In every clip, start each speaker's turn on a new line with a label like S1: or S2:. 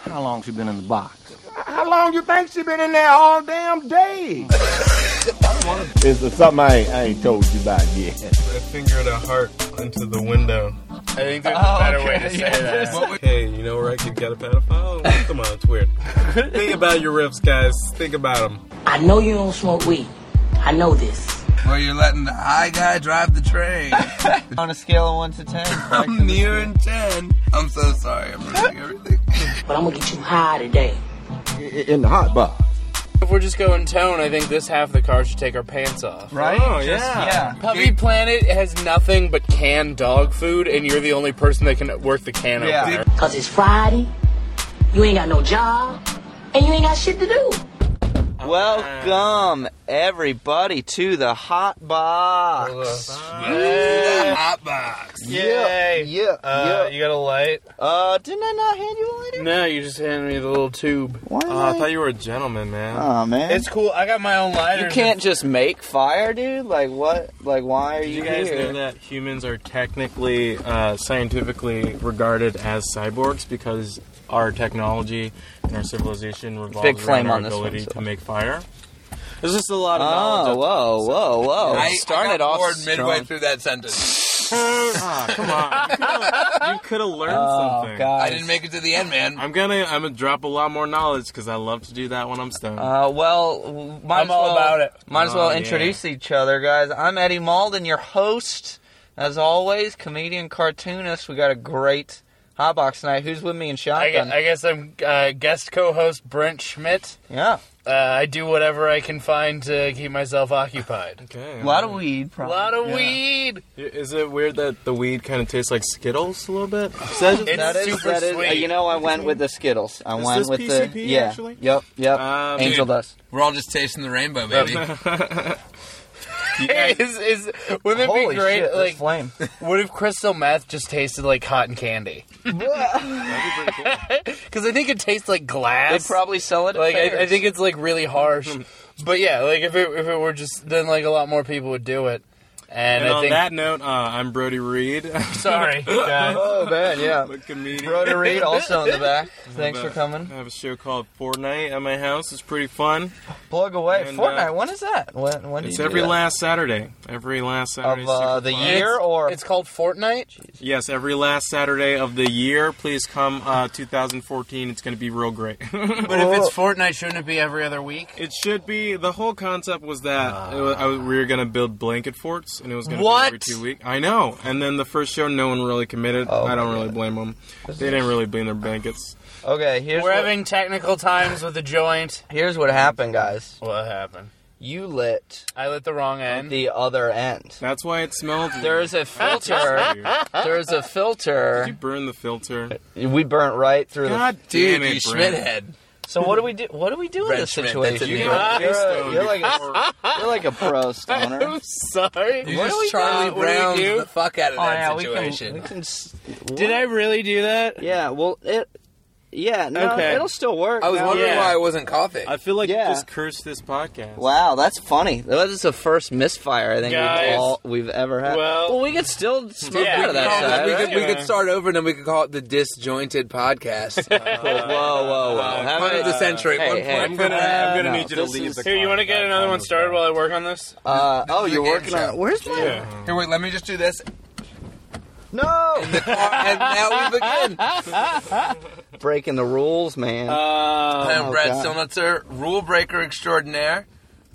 S1: How long she been in the box?
S2: How long you think she been in there all damn day?
S3: It's something I ain't, I ain't told you about yet.
S4: I fingered a heart into the window. I think there's
S5: Oh,
S4: a better way to say that. Hey, you know where I could get a pedophile? Come on, it's weird. Think about your riffs, guys. Think about them.
S6: I know you don't smoke weed. I know this.
S7: Well, you're letting the high guy drive the train.
S5: On a scale of 1 to 10.
S7: I'm near in 10. I'm so sorry. I'm ruining everything.
S6: But I'm gonna get you high today.
S3: I- In the hot box.
S8: If we're just going tone, I think this half of the car should take our pants off.
S5: Right?
S4: Oh,
S5: Just-
S4: yeah.
S8: Puppy Planet has nothing but canned dog food, and you're the only person that can work the can
S5: Yeah.
S8: opener.
S6: Cause it's Friday, you ain't got no job, and you ain't got shit to do.
S5: Welcome, everybody, to the Hot
S4: Uh,
S5: Box.
S7: The hot box.
S8: Yay!
S7: Yeah.
S8: Uh, You got a light?
S5: Uh, didn't I not hand you a lighter?
S8: No, you just handed me the little tube.
S5: Why did
S4: Oh, I thought you were a gentleman, man.
S5: Aw, man.
S8: It's cool. I got my own lighter.
S5: you can't just make fire, dude. Like, what? Like, why are
S4: Did
S5: you,
S4: you guys
S5: here?
S4: know that humans are technically, uh, scientifically regarded as cyborgs because our technology and our civilization revolves
S5: Big flame
S4: around our
S5: on this one,
S4: ability
S5: so-
S4: to make fire? There's just a lot of
S5: Oh,
S4: knowledge. out
S5: whoa, whoa, whoa.
S7: I
S5: started
S7: I got
S5: off
S7: bored midway
S5: strong.
S7: through that sentence.
S4: there. Ah, You could have learned
S5: Oh,
S4: something.
S5: God.
S7: I didn't make it to the end, man.
S4: I'm gonna, I'm gonna drop a lot more knowledge because I love to do that when I'm stoned.
S5: Uh, well, w- might
S8: I'm
S5: as
S8: all
S5: well,
S8: about it.
S5: Might as well
S4: Oh, yeah.
S5: introduce each other, guys. I'm Eddie Malden, your host, as always, comedian, cartoonist. We got a great hot box tonight. Who's with me in
S8: I, gu-
S5: shotgun?
S8: I guess I'm uh, guest co-host Brent Schmidt.
S5: yeah,
S8: Uh, I do whatever I can find to keep myself occupied.
S4: okay.
S5: a lot of weed.
S8: A
S5: Probably.
S8: lot of
S4: Yeah.
S8: weed.
S4: Is it weird that the weed kind of tastes like Skittles a little bit? Is that just-
S8: It's
S5: That is,
S8: super
S5: that is- uh,
S8: sweet.
S5: you know, I went with the Skittles. I
S4: Is
S5: went
S4: this
S5: with the
S4: PCP
S5: yeah.
S4: actually?
S5: Yep, yep.
S4: Um,
S5: Angel
S7: dude.
S5: dust.
S7: We're all just tasting the rainbow, baby.
S8: is, is, wouldn't it
S5: Holy
S8: be great?
S5: shit!
S8: like,
S5: Like, flame.
S8: what if crystal meth just tasted like cotton candy? Because I think it tastes like
S5: they
S8: glass.
S5: probably sell it. at
S8: like I, I
S5: fairs.
S8: think it's like really harsh. but yeah, like if it if it were just then like a lot more people would do it. And,
S4: and
S8: I
S4: on
S8: think
S4: that note, uh, I'm Brody Reed.
S8: sorry, guys.
S5: Oh man, yeah.
S4: I'm a comedian.
S5: Broder Reed also in the back. Thanks for coming.
S4: I have a show called Fortnite at my house. It's pretty fun.
S5: Plug away.
S4: And, uh,
S5: Fortnite. when is that? When? When do
S4: It's
S5: you do
S4: every
S5: that?
S4: last Saturday. Every last Saturday.
S5: of uh,
S4: super
S5: the
S4: fun.
S5: year or
S8: It's called Fortnite.
S4: Yes, every last Saturday of the year. Please come uh, 2014. It's going to be real great.
S8: But if it's Fortnite, shouldn't it be every other week?
S4: it should be. The whole concept was that it wa- I was- we were going to build blanket forts, and it was going to
S8: What?
S4: be every two weeks. I know. And then the first show, no one really committed.
S5: Oh
S4: I don't
S5: my
S4: really blame them. They didn't really blame their blankets.
S5: okay. Here's
S8: We're
S5: what,
S8: having technical times with the joint.
S5: here's what happened, guys.
S8: What happened?
S5: You lit
S8: I lit the wrong end.
S5: the other end.
S4: That's why it smelled.
S5: There's a filter.
S4: weird.
S5: There's a
S4: You
S5: filter.
S4: burn the filter.
S5: We burnt right through. The,
S4: God
S7: Dude,
S4: damn it,
S7: you
S4: Brent.
S7: Schmidt head.
S5: so what do we do? What do we do in
S7: Red
S5: this
S7: Schmidt, that's
S5: situation?
S7: a new
S5: You're,
S7: one.
S5: you're a-
S4: Stone
S5: you're like a,
S4: before-
S5: you're like a pro stoner.
S8: I'm sorry.
S7: You
S5: What do we
S7: just Charlie
S5: do? What do we
S7: Brown
S8: do?
S7: the fuck out of
S5: Oh,
S7: that
S5: yeah, we can.
S7: situation.
S5: We can s-
S8: Did I really do that?
S5: yeah. Well, it. Yeah. No,
S8: Okay.
S5: it'll still work.
S7: I was
S5: No,
S7: wondering
S8: Yeah.
S7: why I wasn't coughing.
S4: I feel like
S5: Yeah.
S4: you just cursed this podcast.
S5: Wow, that's funny. That was the first misfire I think we've,
S8: Guys.
S5: all, we've ever had.
S8: Well-
S5: we could still smoke
S8: Yeah,
S5: out of that
S8: we could-
S5: side.
S7: we,
S5: right?
S7: could, we
S8: Yeah.
S7: could start over and then we could call it the disjointed podcast.
S5: Whoa, whoa, whoa! How
S7: Point
S5: many-
S7: of the century.
S5: uh, hey,
S7: One
S5: hey,
S7: point.
S4: I'm gonna, I'm
S5: No,
S4: gonna need you to
S5: this
S4: leave.
S5: is-
S4: the
S8: Here, you
S4: car.
S8: want to get another one started while I work on this?
S5: Uh, oh, you're
S7: the
S5: working on
S7: intro.
S5: Where's my
S7: Here, wait, let me just do this.
S5: no?
S7: and now we begin.
S4: Oh,
S5: Breaking the rules, man.
S7: I am
S5: Oh,
S7: Brad
S5: God.
S7: Stilnitzer, rule breaker extraordinaire,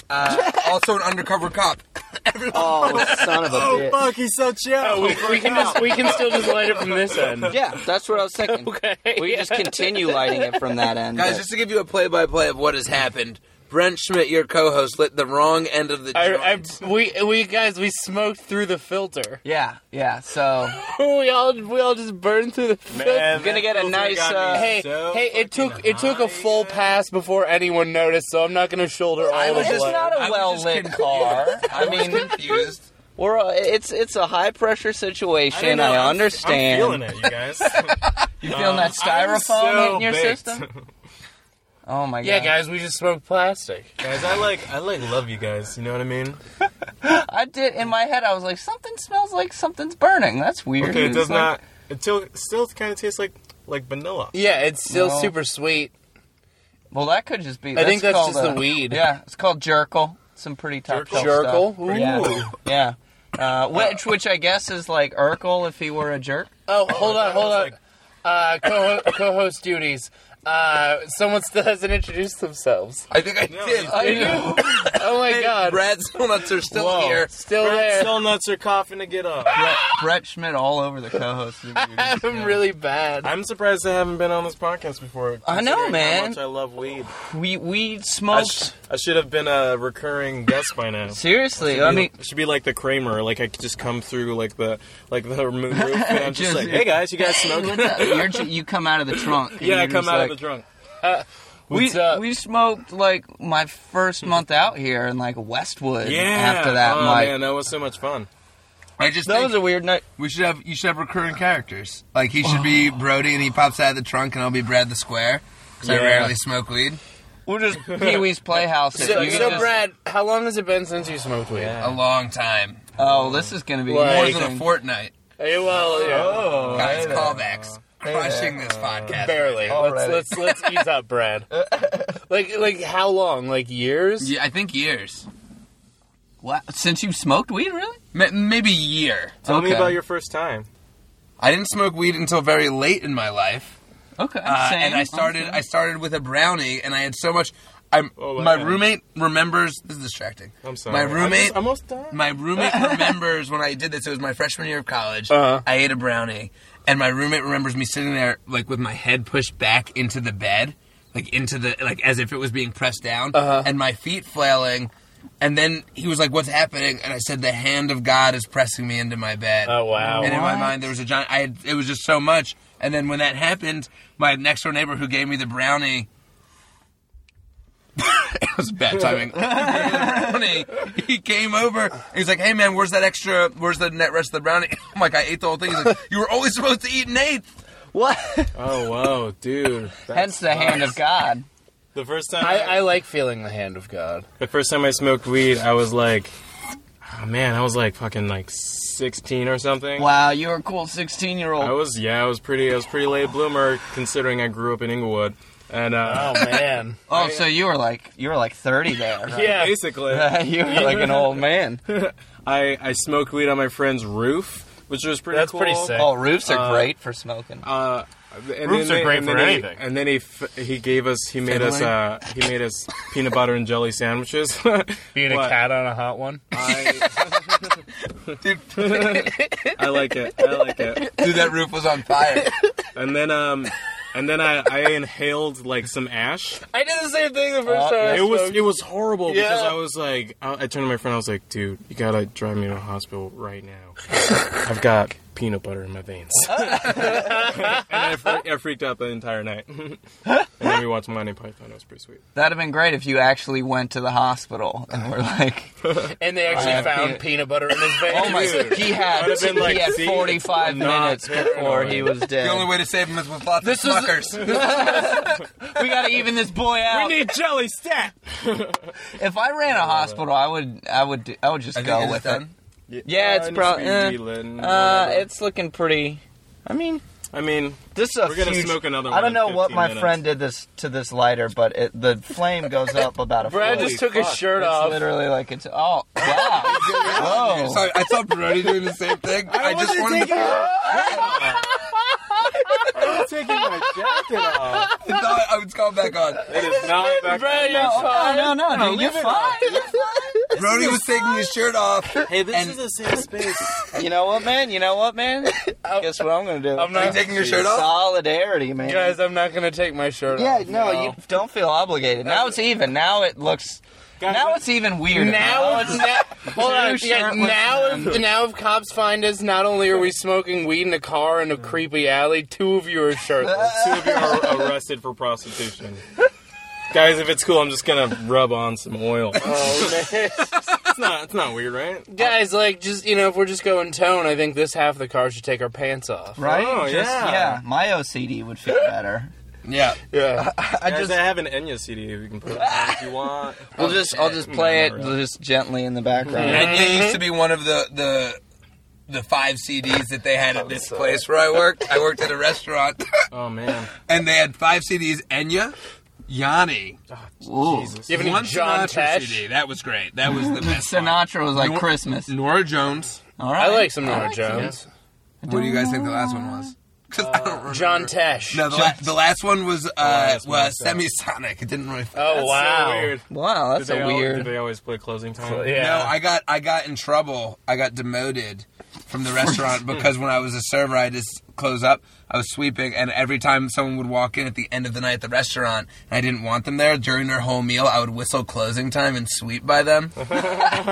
S7: uh, also an undercover cop. Everyone,
S5: oh, son of a bitch!
S4: Fuck, he's so chill.
S8: Oh, we, we can just we can still just light it from this end.
S5: Yeah, that's what I was thinking.
S8: Okay.
S5: We
S8: yeah.
S5: just continue lighting it from that end.
S7: guys,
S5: but-
S7: just to give you a play-by-play of what has happened. Brent Schmidt, your co-host, lit the wrong end of the
S8: I,
S7: joint.
S8: I, we we guys we smoked through the filter.
S5: yeah, yeah. So
S8: we all we all just burned through the filter.
S5: we're gonna get a nice. Uh,
S8: Hey, hey! It took it took a full pass before anyone noticed, so I'm not gonna shoulder all
S5: I
S8: the
S5: was just
S8: blame.
S5: not
S7: I
S5: a
S7: was
S5: well
S7: just
S5: lit
S7: confused.
S5: car. I mean,
S7: confused.
S5: we're a, it's it's a high pressure
S4: don't
S5: situation.
S4: know,
S5: I,
S4: I'm-
S5: understand.
S4: I'm feeling it, you guys. Um,
S5: You feeling that styrofoam
S4: so
S5: hitting your
S4: baked.
S5: system? Oh my god!
S8: yeah, guys, we just smoked plastic.
S4: guys, I like, I like, love you guys. You know what I mean?
S5: I did in my head. I was like, something smells like something's burning. That's weird.
S4: Okay, it
S5: It's
S4: does
S5: like-
S4: not. It still, still kind of tastes like like vanilla.
S8: Yeah, it's still
S5: No.
S8: super sweet.
S5: Well, that could just be.
S8: I think that's
S5: called
S8: just the
S5: a-
S8: weed.
S5: Yeah, it's called jerkle. Some pretty top
S4: Jerkle?
S5: shelf
S8: Jerkle?
S5: stuff. Yeah, yeah. Uh, which, which I guess is like Urkel if he were a jerk.
S8: Oh, hold on, hold on.
S4: like-
S8: Uh, co co-host duties. Uh, someone still hasn't introduced themselves.
S7: I think I
S4: No,
S7: did.
S4: you
S8: I do. oh my god.
S7: Brad's nuts are still
S4: Whoa.
S7: here.
S8: Still there.
S4: Still nuts are coughing to get up.
S5: Brett, Brett Schmidt all over the co-host. of the-
S8: I'm really bad.
S4: I'm surprised I haven't been on this podcast before.
S5: I know,
S4: considering how
S5: man. Oh,
S4: much I love weed.
S5: we we
S4: I,
S5: smoked.
S4: sh- I should have been a recurring guest by now.
S5: Seriously, I mean,
S4: it should be like the Kramer. Like I could just come through like the like the moon roof, and I'm just,
S5: Just-
S4: like, hey guys, you guys smoking?
S5: you're, ju- you come out of the trunk. and
S4: yeah, I
S5: you're
S4: come
S5: just
S4: out
S5: like,
S4: of the drunk.
S5: We
S8: What's up?
S5: we smoked like my first month out here in like Westwood.
S4: Yeah.
S5: After that,
S4: oh
S5: Mike.
S4: man, that was so much fun.
S7: I just
S5: That
S7: think
S5: was a weird night.
S7: we should have you should have recurring characters. Like he should be Brody, and he pops out of the trunk, and I'll be Brad the Square because
S4: Yeah.
S7: I rarely smoke weed.
S5: We're just Pee Wee's Playhouse. it.
S8: so,
S5: You
S8: so
S5: just-
S8: Brad, how long has it been since you smoked weed?
S7: A long time,
S5: Oh, this is gonna be
S8: Like-
S7: more
S5: more
S7: than a fortnight.
S8: Hey, well, yeah,
S4: Oh,
S7: Guys, callbacks, crushing this podcast.
S8: barely.
S7: Already.
S8: Let's let's let's ease up, Brad. like like how long? Like years?
S7: Yeah, I think years,
S5: Wow, since you smoked weed, really?
S7: M- maybe a year.
S4: Tell me
S5: Okay.
S4: about your first time.
S7: I didn't smoke weed until very late in my life.
S5: Okay.
S7: Uh,
S5: same.
S7: and I started. I started with a brownie, and I had so much. I'm,
S4: Oh,
S7: my
S4: man.
S7: roommate remembers. This is distracting.
S4: I'm sorry.
S7: My
S4: I'm
S7: roommate.
S4: just- I'm almost done.
S7: my roommate remembers when I did this. It was my freshman year of college.
S8: Uh-huh.
S7: I ate a brownie, and my roommate remembers me sitting there, like with my head pushed back into the bed, like into the like as if it was being pressed down,
S8: Uh-huh.
S7: and my feet flailing. And then he was like, "What's happening?" And I said, "The hand of God is pressing me into my bed."
S8: Oh wow.
S7: And in my mind, there was a giant. I had, it was just so much. And then when that happened, my next door neighbor who gave me the brownie. it was bad timing. brownie, he came over. He's like, "Hey man, where's that extra? Where's the net rest of the brownie?" I'm like, "I ate the whole thing." He's like, "You were only supposed to eat an eighth."
S5: What?
S4: Oh wow, dude. That's
S5: Hence the hand of God.
S4: the first time.
S8: I, I like feeling the hand of God.
S4: the first time I smoked weed, I was like, oh, man, I was like fucking like 16 or something.
S5: Wow, you're a cool 16 year
S4: I
S5: old.
S4: was yeah, I was pretty I was pretty late bloomer considering I grew up in Inglewood. And uh
S8: Oh man.
S5: Oh, so you were like you were like 30 there. right?
S8: yeah.
S4: basically
S5: you were like an old man.
S4: I I smoked weed on my friend's roof, which was pretty
S8: That's
S4: cool.
S8: pretty sick.
S5: Oh, roofs are
S4: Uh,
S5: great for smoking.
S4: Uh, and
S8: Roofs
S4: then
S8: are
S4: they-
S8: great
S4: and then
S8: for
S4: he-
S8: anything.
S4: And then he f- he gave us he made us uh he made us peanut butter and jelly sandwiches.
S8: Being
S4: What?
S8: a cat on a hot one.
S4: I, I like it. I like it.
S7: Dude, that roof was on fire.
S4: And then um and then I, I inhaled like some ash.
S8: I did the same thing the first
S5: Uh,
S8: time. I
S4: It was
S8: smoked.
S4: it was horrible because
S8: Yeah.
S4: I was like I, I turned to my friend. I was like, dude, you gotta drive me to the hospital right now. I've got peanut butter in my veins. and I, fre- I freaked out the entire night. and then we watched Monty Python. It was pretty sweet.
S5: That'd have been great if you actually went to the hospital and were like,
S8: and they actually
S5: Yeah,
S8: found
S5: peanut-
S8: peanut. butter in his veins.
S5: "Oh my!"
S4: Dude,
S5: He had
S4: I'd have been like,
S5: he had
S4: "See,
S5: 45
S4: I'm not
S5: minutes before he was dead.
S7: The only way to save him is with lots
S5: This
S7: of
S5: was-
S7: smuckers.
S5: we gotta even this boy
S4: We
S5: out.
S4: need jelly stat.
S5: if I ran a hospital, I would, I would, do, Uh, I would just
S7: I think
S5: go
S7: it's
S5: with it.
S7: done.
S5: Yeah, it's probably- eh, Uh, it's looking pretty. I mean,
S4: I mean,
S5: this is a
S4: We're gonna
S5: huge-
S4: smoke another
S5: I
S4: one
S5: don't
S4: in
S5: know what
S4: 15
S5: my
S4: minutes.
S5: friend did this to this lighter, but it, the flame goes up about a.
S8: Brad
S5: foot.
S8: just took his shirt
S5: It's
S8: off.
S5: literally like it's oh wow. Oh.
S7: So I, I saw Brody doing the same thing. I, just wanted to.
S4: I'm taking my jacket off.
S7: No, I was called back on.
S4: It is not back.
S8: Brad, you're
S5: Oh,
S8: fine.
S5: no, no, no, dude, you're fine.
S7: Brody was taking his shirt off.
S4: Hey, this
S7: And-
S4: is a safe space.
S5: You know what, man? You know what, man? Guess what I'm gonna do?
S8: I'm
S7: Are you
S8: not,
S7: taking your shirt off?
S5: solidarity, man.
S8: guys. I'm not gonna take my shirt
S5: yeah,
S8: off.
S5: no, you don't feel obligated. Now it's even. Now it looks. now it's even weirder. Oh,
S8: Now,
S5: it's
S8: now, hold on.
S5: Two
S8: Yeah,
S5: shirtless
S8: now, if, now, if cops find us, not only are we smoking weed in a car in a creepy alley, two of you are shirtless.
S4: Two of you are arrested for prostitution. Guys, if it's cool, I'm just gonna rub on some oil.
S8: Oh, man.
S4: It's not, it's not weird, right?
S8: Guys, like, just you know, if we're just going tone, I think this half of the car should take our pants off.
S5: right?
S4: Oh,
S5: Just-
S4: yeah.
S5: yeah. My OCD would feel better.
S7: Yeah.
S8: Yeah,
S4: I just I have an Enya CD. We can put it on if you want.
S5: We'll just, I'll just play it
S4: really.
S8: Mm-hmm.
S5: just gently in the background.
S7: And it used to be one of the the the five CDs that they had at this place where I worked. I worked at a restaurant,
S4: Oh man.
S7: and they had five CDs. Enya, Yanni,
S4: Jesus.
S8: You have any
S7: one
S8: John
S7: Sinatra
S8: Tesh?
S7: CD. That was great. That was the best. one.
S5: Sinatra was like
S7: You-
S5: Christmas.
S7: Nora Jones.
S5: All right.
S8: I like some Nora
S5: like
S8: Jones.
S7: What do you guys think the last one was? 'Cause I don't remember.
S8: Uh, John Tesh.
S7: No, the, la- the last one was uh,
S4: last one
S7: was
S4: was that.
S7: semisonic. It didn't really.
S8: Oh wow.
S4: So weird.
S5: Wow, that's
S4: did they
S5: a
S4: al-
S5: weird.
S4: did they always play closing time?
S8: yeah.
S7: No, I got I got in trouble. I got demoted from the restaurant because when I was a server, I just close up. I was sweeping, and every time someone would walk in at the end of the night at the restaurant, and I didn't want them there during their whole meal, I would whistle closing time and sweep by them.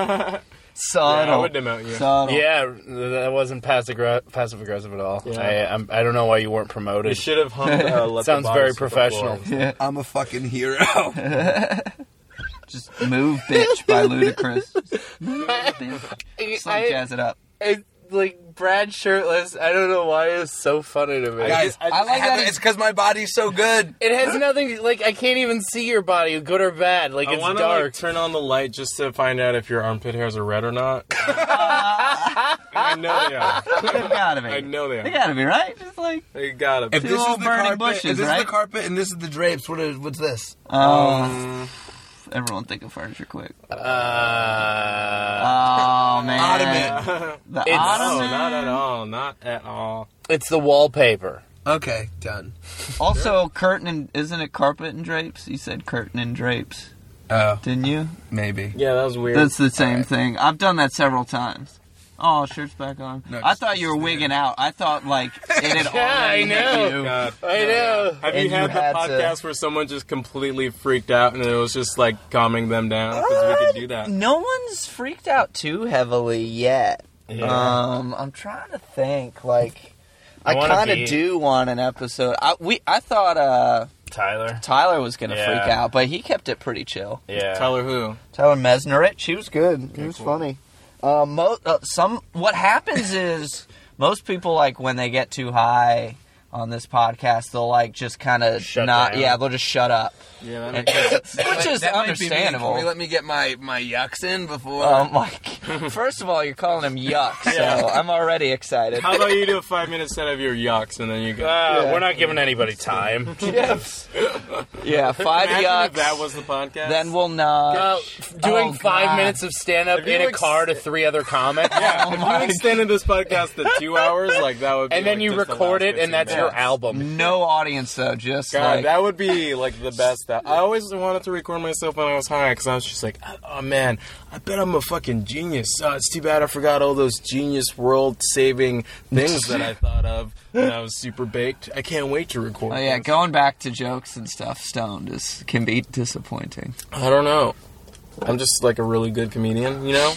S4: Yeah, I
S5: subtle.
S4: would demote you.
S5: subtle.
S8: Yeah, th- that wasn't passive aggr- passive aggressive at all.
S4: Yeah.
S8: I I'm, I don't know why you weren't
S4: You
S8: promoted.
S4: should have hummed. Uh, Let the
S8: Sounds
S4: Bottles
S8: very
S4: Hit the
S8: professional.
S4: Floor.
S7: I'm a fucking hero.
S5: Just move, bitch, by Ludacris. Move, bitch. Just like
S8: I-
S5: jazz it up.
S8: It's like Brad shirtless. I don't know why it's so funny to me.
S7: Guys,
S4: I
S7: I,
S4: just-
S7: like that. It's because my body's so good.
S8: it has nothing. Like I can't even see your body, good or bad. Like
S4: I
S8: it's
S4: want to
S8: dark.
S4: like, turn on the light just to find out if your armpit hairs are red or not. And I know they are.
S5: They gotta be.
S4: I know they
S5: They
S4: are.
S5: gotta be right. Just like
S4: They gotta be.
S7: If this is
S5: old
S7: the
S5: burning
S7: carpet,
S5: bushes,
S7: if this is
S5: right?
S7: the carpet, and this is the drapes. What is what's this?
S5: um, everyone think of furniture quick.
S8: uh,
S5: Oh man,
S7: Ottoman.
S5: The
S8: It's-
S4: No,
S5: ottoman.
S4: Oh, not at all. Not at all.
S8: it's the wallpaper.
S7: Okay, done.
S5: Also, curtain and isn't it carpet and drapes? You said curtain and drapes,
S7: Oh,
S5: didn't you?
S7: maybe.
S4: Yeah, that was weird.
S5: That's the same
S7: Alright.
S5: thing. I've done that several times. Oh, shirt's back on.
S7: No,
S5: I
S7: just-
S5: thought you were
S7: just there.
S5: wigging out. I thought like it had
S8: Yeah, I
S5: already hit
S8: know.
S5: you.
S4: God.
S8: I know.
S4: Have
S5: And
S4: you had
S5: you
S4: the
S5: had to-
S4: podcast where someone just completely freaked out and it was just like calming them down? Because we could do that.
S5: Uh, No one's freaked out too heavily yet. Um, I'm trying to think. Like, I,
S8: wanna
S5: kind
S8: be-
S5: of do want an episode. I we I thought uh
S8: Tyler.
S5: Tyler was gonna
S8: Yeah.
S5: freak out, but he kept it pretty chill.
S8: Yeah.
S4: Tyler who?
S5: Tyler Mesnerich, he was good. he was funny. Uh, mo- uh, some what happens is most people like when they get too high on this podcast, they'll like just kind of
S8: Shut
S5: not.
S8: down.
S5: Yeah, they'll just shut up,
S4: Yeah,
S5: And-
S4: that
S5: which is
S7: That might be me.
S5: understandable.
S7: Can we let me get my my yucks in before?
S5: Um, like, first of all, you're calling him yuck, so I'm already excited.
S4: How about you do a five minute set of your yucks and then you go.
S8: Uh, We're not giving anybody time.
S5: Yeah, five
S4: Imagine
S5: yucks.
S4: if that was the podcast.
S5: then we'll not.
S8: Uh, doing
S5: Oh,
S8: five
S5: God.
S8: minutes of stand up
S4: If you
S8: in a
S4: ex-
S8: car to three other comics.
S5: Oh
S4: yeah, if you extended this podcast to two hours, like that would. be
S8: And then
S4: like,
S8: you
S4: just the
S8: record
S4: last
S8: it,
S4: 15
S8: and that's your
S4: minutes.
S8: album.
S5: no audience though, just
S4: God,
S5: like
S4: that would be like the best. That I always wanted to record myself when I was high because I was just like, oh man, I bet I'm a fucking genius. Oh, it's too bad I forgot all those genius world saving things that I thought of when I was super baked. I can't wait to record.
S5: Oh yeah,
S4: this.
S5: going back to jokes and stuff, stoned is can be disappointing.
S4: I don't know. I'm just like a really good comedian, you know.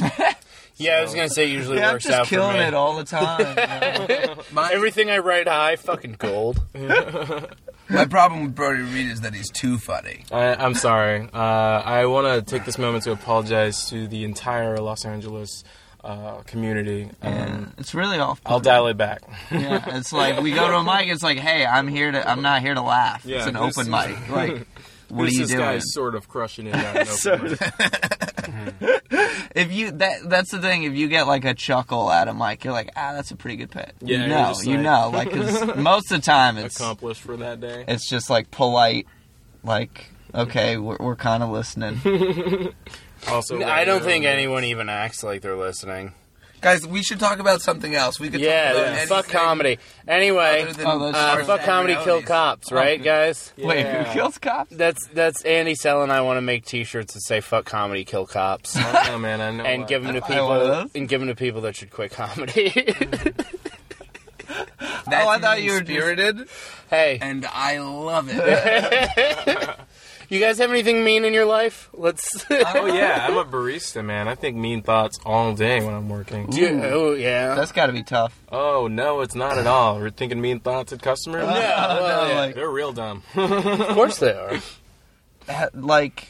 S8: Yeah, I was gonna say usually
S5: Yeah, I'm
S8: works out
S5: just killing
S8: for me.
S5: it all the time. you know?
S8: Everything I write high, fucking gold.
S7: my problem with Brody Reed is that he's too funny.
S4: I, I'm sorry. Uh, I want to take this moment to apologize to the entire Los Angeles uh, community. Um,
S5: Yeah, it's really off.
S4: I'll dial it back.
S5: Yeah, it's like we go to a mic. It's like, hey, I'm here to. I'm not here to laugh.
S4: Yeah,
S5: it's an
S4: who's-
S5: open mic. Like, what are
S4: This
S5: you
S4: is guy
S5: doing?
S4: sort of crushing it. Out in open
S5: Sort
S4: mic.
S5: If you that that's the thing. If you get like a chuckle out of mic, you're like, ah, that's a pretty good pit.
S4: Yeah,
S5: you
S4: you're
S5: know,
S4: just
S5: you
S4: like-
S5: know, like 'cause most of the time it's
S4: accomplished for that day.
S5: it's just like polite, like. Okay, we're, we're kind of listening.
S4: Also, um,
S8: I don't think anyone even acts like they're listening.
S7: Guys, we should talk about something else. We could
S8: Yeah,
S7: talk about
S8: then
S7: anything
S8: fuck comedy. Anyway,
S7: other than Oh,
S5: Oh, that's
S8: uh,
S7: our
S8: fuck
S7: sad
S8: comedy, kill
S7: realities.
S8: cops, right, guys?
S5: Wait,
S4: Yeah.
S5: who kills cops?
S8: That's that's Andy Sell and I want to make T-shirts that say "fuck comedy, kill cops"
S4: I know, man. I know.
S8: and give them to
S5: I want
S8: people
S5: those.
S8: and give them to people that should quit comedy.
S7: That's
S5: Oh, I thought you were just-
S7: spirited,
S8: hey,
S7: and I love it.
S8: you guys have anything mean in your life? Let's.
S4: Oh yeah, I'm a barista, man. I think mean thoughts all day when I'm working.
S8: Do- oh yeah.
S5: That's got to be tough.
S4: Oh no, it's not at all. We're thinking mean thoughts at customers.
S8: yeah, well,
S5: No,
S8: yeah,
S5: like-
S4: They're real dumb.
S8: of course they are.
S5: ha- like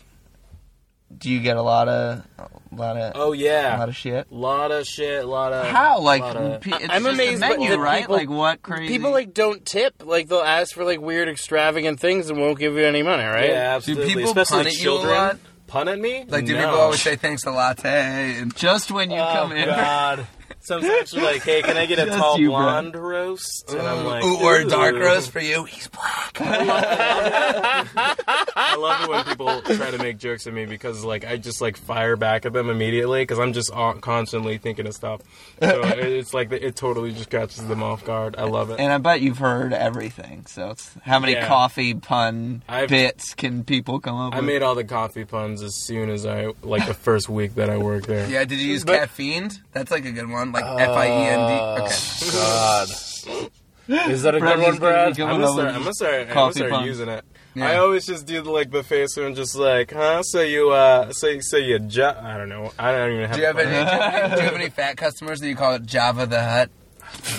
S5: do you get a lot of a lot of a
S4: Oh
S5: lot
S4: yeah,
S5: of shit
S4: lot of shit, lot of
S5: how like
S4: lot of-
S5: pe- it's
S8: I'm
S5: just
S8: amazed
S5: the
S8: by
S5: menu
S8: the
S5: right
S8: people-
S5: like what crazy
S8: People like don't tip. Like they'll ask for like weird, extravagant things and won't give you any money, right?
S4: Yeah, absolutely.
S7: people
S4: Especially
S7: pun at you a
S4: children.
S7: lot?
S4: Pun at me?
S7: Like, do
S4: no.
S7: people always say thanks to latte? And
S4: Oh,
S5: just when you come in
S8: God.
S4: Sometimes you're like, hey, can I get a
S5: Just
S4: tall
S5: you, bro.
S4: blonde roast? And I'm like,
S7: Ooh, or a dark
S4: Uh, "Ooh."
S7: roast for you. He's black.
S4: I love it when people try to make jokes at me because like I just like fire back at them immediately because I'm just on- constantly thinking of stuff. So it- it's like it totally just catches them off guard. I love it.
S5: And I bet you've heard everything. So it's how many
S4: Yeah.
S5: coffee pun
S4: I've-
S5: bits can people come up
S4: I
S5: with?
S4: made all the coffee puns as soon as I like the first week that I worked there.
S7: Yeah, did you use
S8: But-
S7: caffeine? That's like a good one. Like F I E N D. Okay.
S8: God. Is that a
S5: Brad's
S8: good one,
S5: just gonna be
S8: Brad?
S5: going
S4: I'm
S5: over
S4: gonna start. I'm
S5: these
S4: gonna start. I'm gonna
S5: coffee
S4: start
S5: puns.
S4: using it.
S7: Yeah.
S4: I always just do the, like the face and just like, huh? So you, uh, so you, so you, ju- I don't know. I don't even have.
S7: Do you have
S4: a
S7: any?
S4: fucking-
S7: Do you have any fat customers that you call it Java the Hut?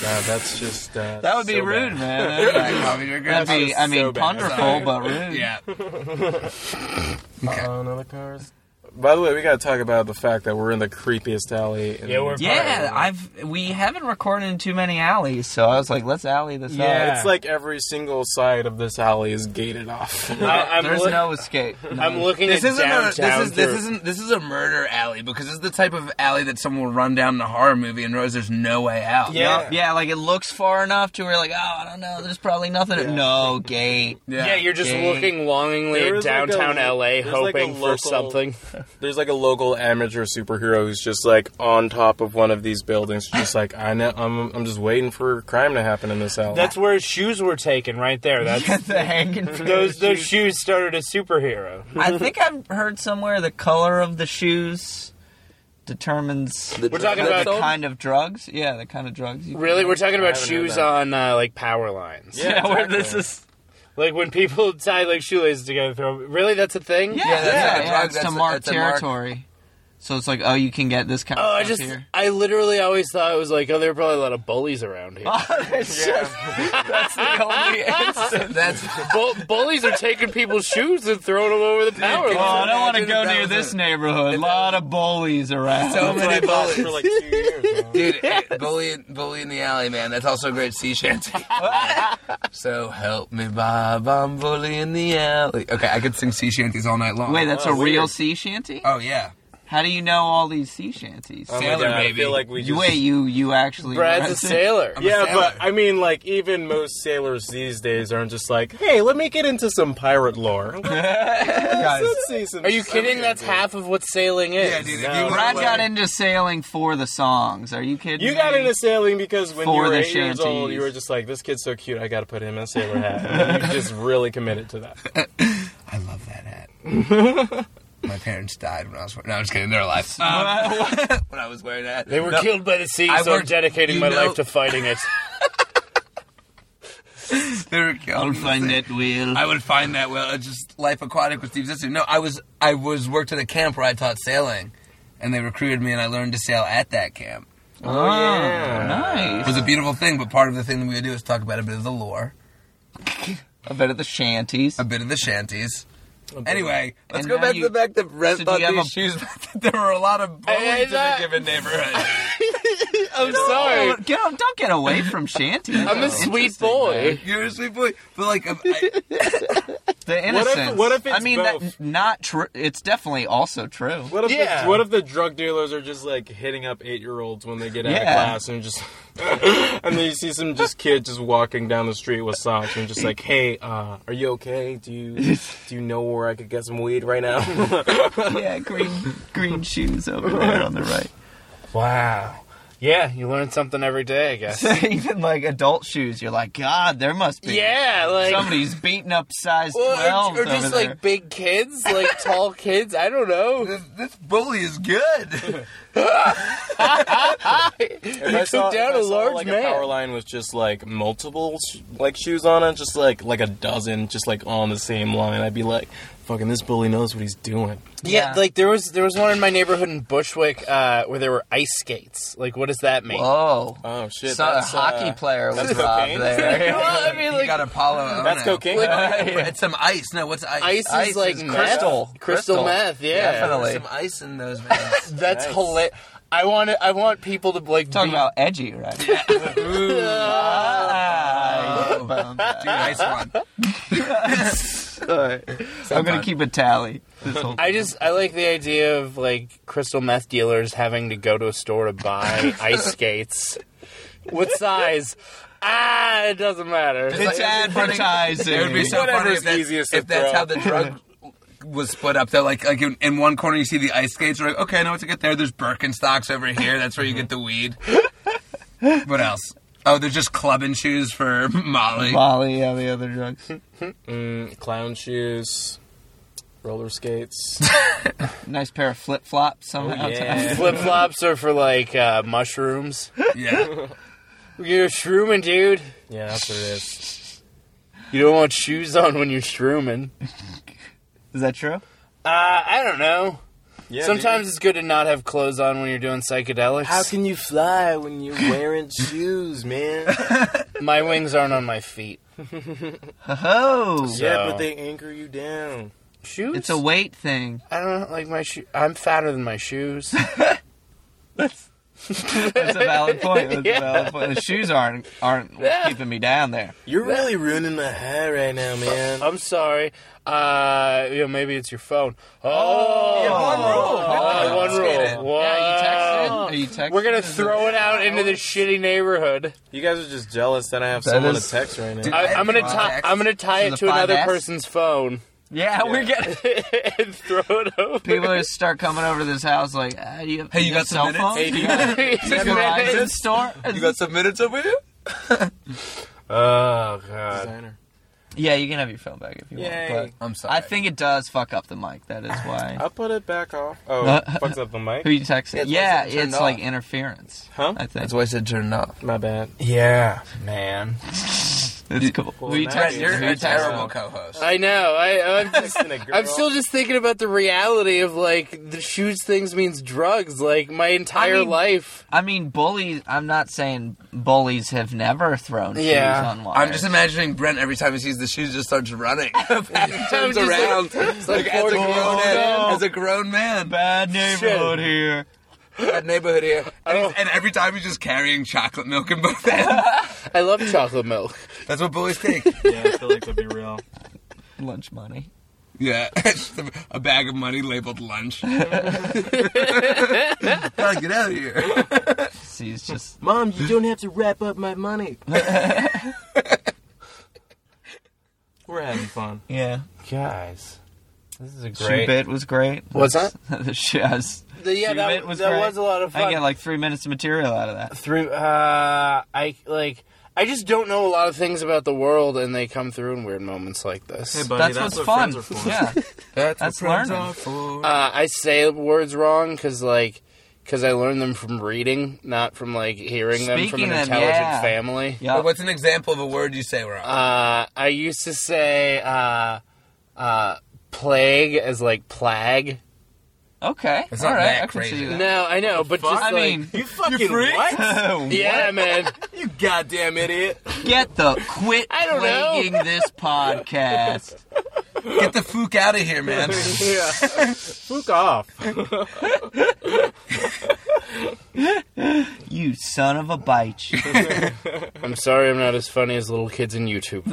S4: God, that's just. Uh,
S5: That would be
S4: so
S5: rude,
S4: bad.
S5: man.
S7: Black coffee drinker?
S5: That'd be, I
S4: so
S5: mean,
S4: bad.
S5: wonderful,
S7: Sorry.
S5: but rude.
S7: Yeah. Okay.
S4: On other cars. By the way, we gotta talk about the fact that we're in the creepiest alley. In
S8: Yeah, we're-
S5: Yeah, I've we haven't recorded in too many alleys, so I was like, let's alley this
S8: Yeah.
S4: It's like every single side of this alley is gated off.
S8: I,
S5: up.
S8: I'm,
S5: There's
S8: loo-
S5: no escape.
S8: I'm looking
S7: This
S8: at
S7: isn't a,
S8: downtown.
S7: this is this
S8: through-
S7: isn't this is a murder alley because this is the type of alley that someone will run down in a horror movie and realize there's no way out.
S8: Yeah.
S5: Yeah, like it looks far enough to where like, oh, I don't know, there's probably nothing. No gate.
S8: Yeah, you're just
S5: Gate.
S8: looking longingly
S4: There
S8: at
S4: is like a-
S8: downtown
S4: there's
S8: LA,
S4: like a
S8: hoping for
S4: local-
S8: something.
S4: There's like a local amateur superhero who's just like on top of one of these buildings, just like I know. I'm, I'm just waiting for crime to happen in this alley.
S8: That's where his shoes were taken, right there. That's
S5: the hanging from
S8: those
S5: the
S8: those
S5: shoes.
S8: shoes started a superhero.
S5: I think I've heard somewhere the color of the shoes determines
S8: We're talking
S5: the,
S8: about
S5: the kind of drugs. Yeah, the kind of drugs. You
S8: really. We're talking about
S4: haven't heard
S8: shoes
S4: that.
S8: on uh, like power lines.
S4: Yeah,
S5: Yeah, where
S4: exactly.
S5: this is.
S8: Like when people tie like shoelaces together. Throw really, that's a thing.
S5: Yeah,
S7: Yeah, that's
S5: yeah,
S7: not
S5: yeah,
S7: drugs,
S5: it's
S7: that's
S5: to
S7: a-
S5: mark
S7: that's a mark.
S5: territory. So it's like, oh, you can get this kind
S8: Oh, I
S5: of stuff
S8: just
S5: here.
S8: I literally always thought it was like oh there are probably a lot of bullies around here.
S5: It's just- that's the only answer.
S7: That's
S8: Bu- bullies are taking people's shoes and throwing them over the power
S5: Oh, I
S8: line.
S5: don't want to
S7: Imagine
S5: go
S7: if that
S5: near
S7: was
S5: this
S7: a-
S5: neighborhood. A lot of bullies around.
S7: so
S4: what I
S7: many
S4: thought for like
S7: bullies.
S4: two years. man.
S7: Dude, eh, bully, bully in the alley, man. That's also a great sea shanty. so help me, Bob. I'm bully in the alley. Okay, I could sing sea shanties all night long.
S5: Wait, that's a
S4: Oh,
S5: real
S4: weird.
S5: sea shanty?
S7: oh yeah,
S5: How do you know all these sea shanties?
S4: Oh my
S7: Sailor,
S4: God, I
S7: baby.
S4: feel like we
S5: you,
S4: just
S5: wait, you you actually
S8: Brad's a
S5: read it?
S8: sailor.
S7: I'm a
S4: Yeah,
S7: sailor.
S4: but I mean, like, even most sailors these days aren't just like, hey, let me get into some pirate lore.
S7: guys.
S4: Let's see some
S8: Are you kidding? That's half of what sailing is.
S7: Yeah, dude. If
S4: No,
S7: you
S5: Brad
S7: wanna-
S5: got into sailing for the songs. Are you kidding?
S4: You got
S5: me?
S4: into sailing because when you
S5: For
S4: were
S5: the
S4: eight years old,
S5: shanties.
S4: you were just like, this kid's so cute, I gotta put him in a sailor hat. And you just really committed to that.
S7: I love that hat. My parents died when I was. No, I'm just kidding. They're alive. Um, when I was wearing that,
S8: They were killed by the sea,
S7: I
S8: so I'm
S7: worked-
S8: dedicating
S7: you
S8: my
S7: know-
S8: life to fighting it.
S7: They were killed.
S5: I'll find that wheel.
S7: I would find that well, it's just life aquatic with Steve Zissou. No, I was I was worked at a camp where I taught sailing, and they recruited me, and I learned to sail at that camp.
S5: oh yeah, nice.
S7: It was a beautiful thing, but part of the thing that we would do is talk about a bit of the lore,
S5: a bit of the shanties.
S7: a bit of the shanties.
S5: Oh,
S7: Anyway, let's
S5: And
S7: go
S5: now
S7: back
S5: you-
S7: to the fact that Brett
S5: so do
S7: thought
S5: you have
S7: these
S5: a-
S7: shoes meant that there were a lot of bullies
S8: Hey,
S7: in a
S8: that-
S7: given neighborhood.
S8: I'm sorry.
S5: Oh, get don't get away from shanties.
S8: I'm a sweet boy.
S7: You're a sweet boy, but like um, I,
S5: The
S4: What if-
S5: innocence.
S4: what if it's
S5: I mean,
S4: both?
S5: that not true. It's definitely also true.
S4: What if,
S8: Yeah.
S4: the, what if the drug dealers are just like hitting up eight year olds when they get out of
S5: Yeah.
S4: class and just and then you see some just kid just walking down the street with socks and just like, hey, uh, are you okay? Do you do you know where I could get some weed right now?
S5: yeah, green green shoes over there on the right.
S8: Wow. Yeah, you learn something every day, I guess.
S5: Even like adult shoes, you're like, God, there must be.
S8: yeah, like.
S5: Somebody's beating up size
S8: Well,
S5: 12
S8: or, or just like big kids, like tall kids. I don't know.
S7: this, this bully is good.
S4: If I saw,
S8: down
S4: if I
S8: a
S4: saw,
S8: large
S4: like
S8: man.
S4: a power line with just like multiple sh- like shoes on it, just like like a dozen, just like on the same line. I'd be like, "Fucking this bully knows what he's doing."
S8: Yeah,
S5: Yeah.
S8: like there was there was one in my neighborhood in Bushwick uh, where there were ice skates. Like, what does that mean?
S5: oh,
S4: Oh shit!
S5: so a hockey player was
S4: uh, that's
S5: robbed
S4: cocaine.
S5: there.
S8: Well, I mean,
S7: you
S8: like
S7: got Apollo. Ona.
S4: That's cocaine.
S7: It's some ice. No, what's ice?
S8: ice,
S5: Ice
S8: is like
S5: is
S8: meth.
S5: crystal.
S8: crystal,
S5: Crystal.
S8: meth. Yeah,
S5: Definitely.
S7: Some ice in those veins.
S8: that's hilarious. I want it, I want people to like
S5: Talking
S8: be-
S5: about edgy, right?
S7: Dude, ice one.
S5: time. I'm gonna keep a tally. This whole
S8: I just I like the idea of like crystal meth dealers having to go to a store to buy ice skates. What size? Ah, it doesn't matter.
S5: it's advertising.
S7: It would be so
S8: Whatever's
S7: funny if, that-
S8: easiest to
S7: if that's
S8: throw.
S7: how the drug was split up. They're like, like in, in one corner you see the ice skates. You're like, okay, I know what to get there. There's Birkenstocks over here. That's where you get the weed. what else? Oh, there's just clubbing shoes for Molly.
S5: Molly, yeah, the other drugs.
S4: Mm, clown shoes, roller skates.
S5: Nice pair of flip flops somehow.
S4: yeah.
S8: Flip flops are for like uh, mushrooms.
S7: Yeah,
S8: You're shrooming, dude.
S4: yeah, that's what it is.
S8: You don't want shoes on when you're shrooming.
S5: Is that true?
S8: Uh, I don't know.
S4: Yeah,
S8: Sometimes it's good to not have clothes on when you're doing psychedelics.
S4: How can you fly when you're wearing shoes, man?
S8: My wings aren't on my feet.
S5: Oh,
S4: Yeah, but they anchor you down.
S8: Shoes?
S5: it's a weight thing.
S8: I don't like my shoe. I'm fatter than my shoes.
S5: That's a valid point. That's a valid point. The shoes aren't aren't keeping me down there.
S4: You're really ruining my high right now, man.
S8: I'm sorry. Uh, you know, maybe it's your phone. Oh,
S7: Oh,
S8: one
S7: confiscate it.
S8: rule. Wow.
S5: Yeah, you texted. Are you texted?
S8: We're gonna throw it out into the shitty neighborhood.
S4: You guys are just jealous that I have someone
S7: is-
S4: to text right now.
S7: Dude,
S8: I, I'm gonna
S7: Five
S8: tie.
S7: X.
S8: I'm gonna tie
S5: This
S8: it
S5: is
S8: to
S5: a five
S8: another
S5: S?
S8: person's phone
S5: Yeah, we're getting.
S8: and throw it over.
S5: People just start coming over to this house like, ah, do you have,
S7: Hey, you
S5: do
S7: got
S5: have
S7: some
S5: cell
S7: minutes?
S5: phone?
S7: Hey,
S5: do you have a Verizon store?
S7: you got some minutes over here.
S8: oh god.
S4: Designer.
S5: Yeah, you can have your phone back if you want.
S4: Yay.
S7: I'm sorry.
S5: But I think it does fuck up the mic. That is why.
S4: I'll put it back off. Oh, fucks up the mic.
S5: Uh, Who you texting?
S7: it's
S5: Yeah,
S7: turned
S5: it's like
S7: off.
S5: interference.
S4: Huh?
S5: I think
S7: that's why I said turn it off.
S4: My bad.
S8: Yeah, man.
S5: it's cool. Who you
S4: now
S5: texting?
S7: You're
S5: Who you
S7: a
S5: texting?
S7: terrible co-host.
S8: I know. I, I'm just.
S4: Texting a girl.
S8: I'm still just thinking about the reality of like the shoes things means drugs like my entire
S5: I mean-
S8: life.
S5: I mean, bullies. I'm not saying bullies have never thrown
S8: Yeah.
S5: shoes on wires.
S7: I'm just imagining Brent every time he sees the shoes just starts running. he turns
S8: just like-
S7: around like, as, a grown
S8: no.
S7: as a grown man.
S5: bad neighborhood here.
S7: that neighborhood here. And, he's, and every time he's just carrying chocolate milk in both hands.
S8: I love chocolate milk.
S7: That's what bullies take.
S4: Yeah, I feel like that'd be real.
S5: Lunch money.
S7: Yeah, Just a- a bag of money labeled lunch. Gotta get out of here.
S5: See, it's just
S4: Mom, you don't have to wrap up my money. We're having fun.
S5: yeah.
S4: Guys, this is a
S5: Shoe bit was great.
S8: What's
S5: That's- the shoe, I was,
S8: The- yeah,
S5: shoe
S8: that,
S5: bit was
S8: that
S5: great.
S8: was a lot of fun.
S5: I get like three minutes of material out of that.
S8: through uh I like I just don't know a lot of things about the world and they come through in weird moments like this.
S4: Hey,
S8: uh,
S4: buddy,
S5: that's,
S4: that's,
S5: what's
S4: what
S5: fun.
S4: friends are for.
S5: Yeah,
S7: That's,
S5: That's friends learning. are
S7: Uh,
S8: Uh, I say words wrong cuz like cuz I learned them from reading, not from like hearing them from
S5: Speaking
S8: an
S5: them,
S8: intelligent
S5: yeah.
S8: family.
S5: yeah.
S7: What's an example of a word you say wrong?
S8: Uh I used to say uh uh plague as like plague.
S5: okay,
S7: It's
S5: all
S7: not
S5: right,
S7: that
S5: I can
S7: crazy.
S5: see that.
S8: No, I know, but just
S5: I
S8: like
S5: mean,
S4: You fucking
S7: freaks?
S4: what?
S8: yeah, man.
S4: You goddamn idiot.
S5: get the quit
S8: I don't know.
S5: plaguing this podcast.
S7: Get the fook out of here, man.
S4: yeah. Fuck off.
S5: You son of a bitch.
S8: I'm sorry I'm not as funny as little kids in YouTube.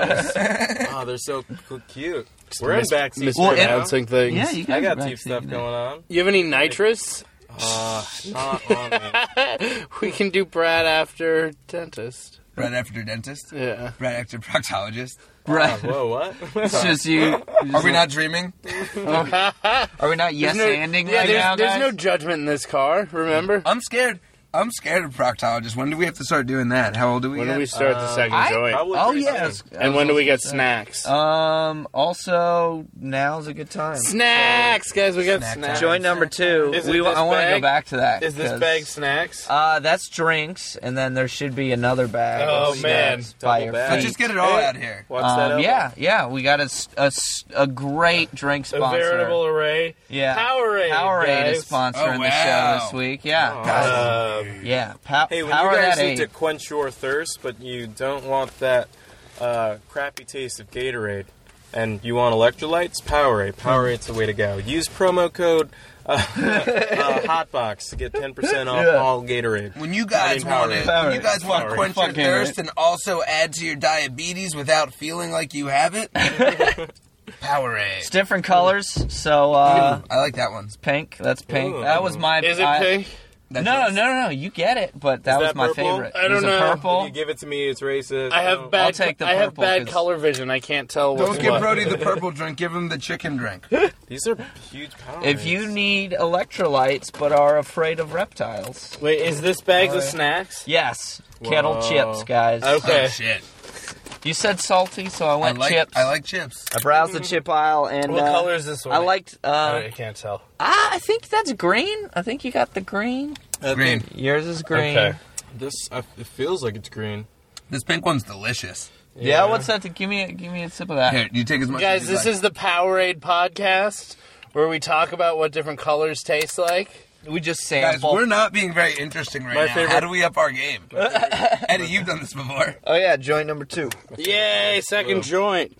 S4: Oh, they're so c- cute. We're in backseat.
S8: Mis-
S5: Well, and-
S8: mispronouncing things.
S5: yeah, you guys
S4: I
S5: are
S4: got
S5: back
S4: deep
S5: to
S4: stuff
S5: you.
S4: going on.
S8: You have any nitrous?
S4: Uh, not on me.
S8: We can do Brad after dentist.
S7: right after dentist.
S8: Yeah.
S7: Right after proctologist.
S5: Right.
S4: Whoa, what?
S5: It's just you.
S7: Are we not dreaming?
S5: Are we not yes anding
S8: yeah,
S5: right
S8: there's,
S5: now,
S8: there's
S5: guys?
S8: no judgment in this car. Remember?
S7: I'm scared. I'm scared of proctologist. When do we have to start doing that? How old do we
S8: When
S7: get?
S8: do we start the second
S5: I-
S8: joint?
S5: oh yes.
S8: And when do we get snacks?
S5: Um. Also, now's a good time.
S8: snacks, guys. We got snacks.
S5: Joint number two.
S8: Is it
S5: we, wa-
S8: this
S5: I want to go
S8: bag?
S5: back to that.
S8: Is this
S5: 'cause-
S8: bag snacks?
S5: Uh, that's drinks, and then there should be another bag.
S8: Oh,
S5: of
S8: man.
S5: snacks by
S4: Double
S5: your
S4: bag.
S7: Let's
S5: feet.
S7: just get it all out here.
S4: Watch that
S5: Um,
S4: up.
S5: yeah, yeah, we got a, s- a s- a great drink
S8: A
S5: sponsor.
S8: veritable array.
S5: yeah,
S8: Powerade,
S5: Powerade is
S8: guys.
S5: sponsoring
S7: Oh,
S5: the
S7: wow.
S5: show this week. Yeah,
S4: Um,
S5: yeah. Pow-
S4: Oh, hey, when
S5: power
S4: you guys
S5: that
S4: need
S5: eight.
S4: to quench your thirst, but you don't want that uh, crappy taste of Gatorade, and you want electrolytes, Powerade. Powerade's the way to go. Use promo code uh, uh, Hotbox to get 10% off all Gatorade.
S7: When you guys
S4: I mean,
S7: want
S4: Powerade.
S7: to, when you guys want
S4: Powerade.
S7: to quench your
S5: Fucking right.
S7: thirst and also add to your diabetes without feeling like you have it,
S5: It's
S7: Powerade.
S5: different colors, so uh,
S7: I like that one.
S5: pink. That's pink.
S4: Ooh.
S5: That was my.
S8: Is it
S5: I-
S8: pink?
S7: That's
S5: No, no,
S7: yours.
S5: no, no. You get it, but that
S4: Is
S5: was
S4: that
S5: my
S4: purple?
S5: favorite.
S8: I don't
S5: Is it
S8: know.
S4: If
S5: Purple.
S4: you give it to me, it's racist.
S8: I
S4: Oh.
S8: have bad.
S5: take the
S8: I have
S5: purple,
S8: bad
S5: 'cause-
S8: color vision. I can't tell.
S7: Don't
S8: what's
S7: give
S8: what.
S7: Brody the purple drink. Give him the chicken drink.
S4: These are huge Powerades.
S5: If you need electrolytes but are afraid of reptiles,
S8: Wait, is this bags of snacks?
S5: yes, kettle chips, guys.
S8: Okay.
S7: Oh, shit.
S5: You said salty, so I
S7: I
S5: went
S7: like
S5: chips.
S7: I like chips.
S5: I browsed the chip aisle and
S8: What
S5: uh,
S8: color is this one?
S5: I liked. Uh,
S8: I can't tell.
S5: ah, I think that's green. I think you got the green.
S7: Green.
S5: Yours is green.
S8: Okay.
S4: This, I, it feels like it's green.
S7: This pink one's delicious.
S5: Yeah, what's that? give me, a, give me a sip of that.
S7: Here, you take as much.
S8: Guys,
S7: as
S8: this is the Powerade podcast where we talk about what different colors taste like.
S5: We just
S7: Guys,
S5: sample.
S7: we're not being very interesting right
S4: My
S7: now. How
S4: favorite-
S7: do we up our game? Eddie, you've done this before.
S5: oh yeah, joint number two.
S8: Yay, second joint.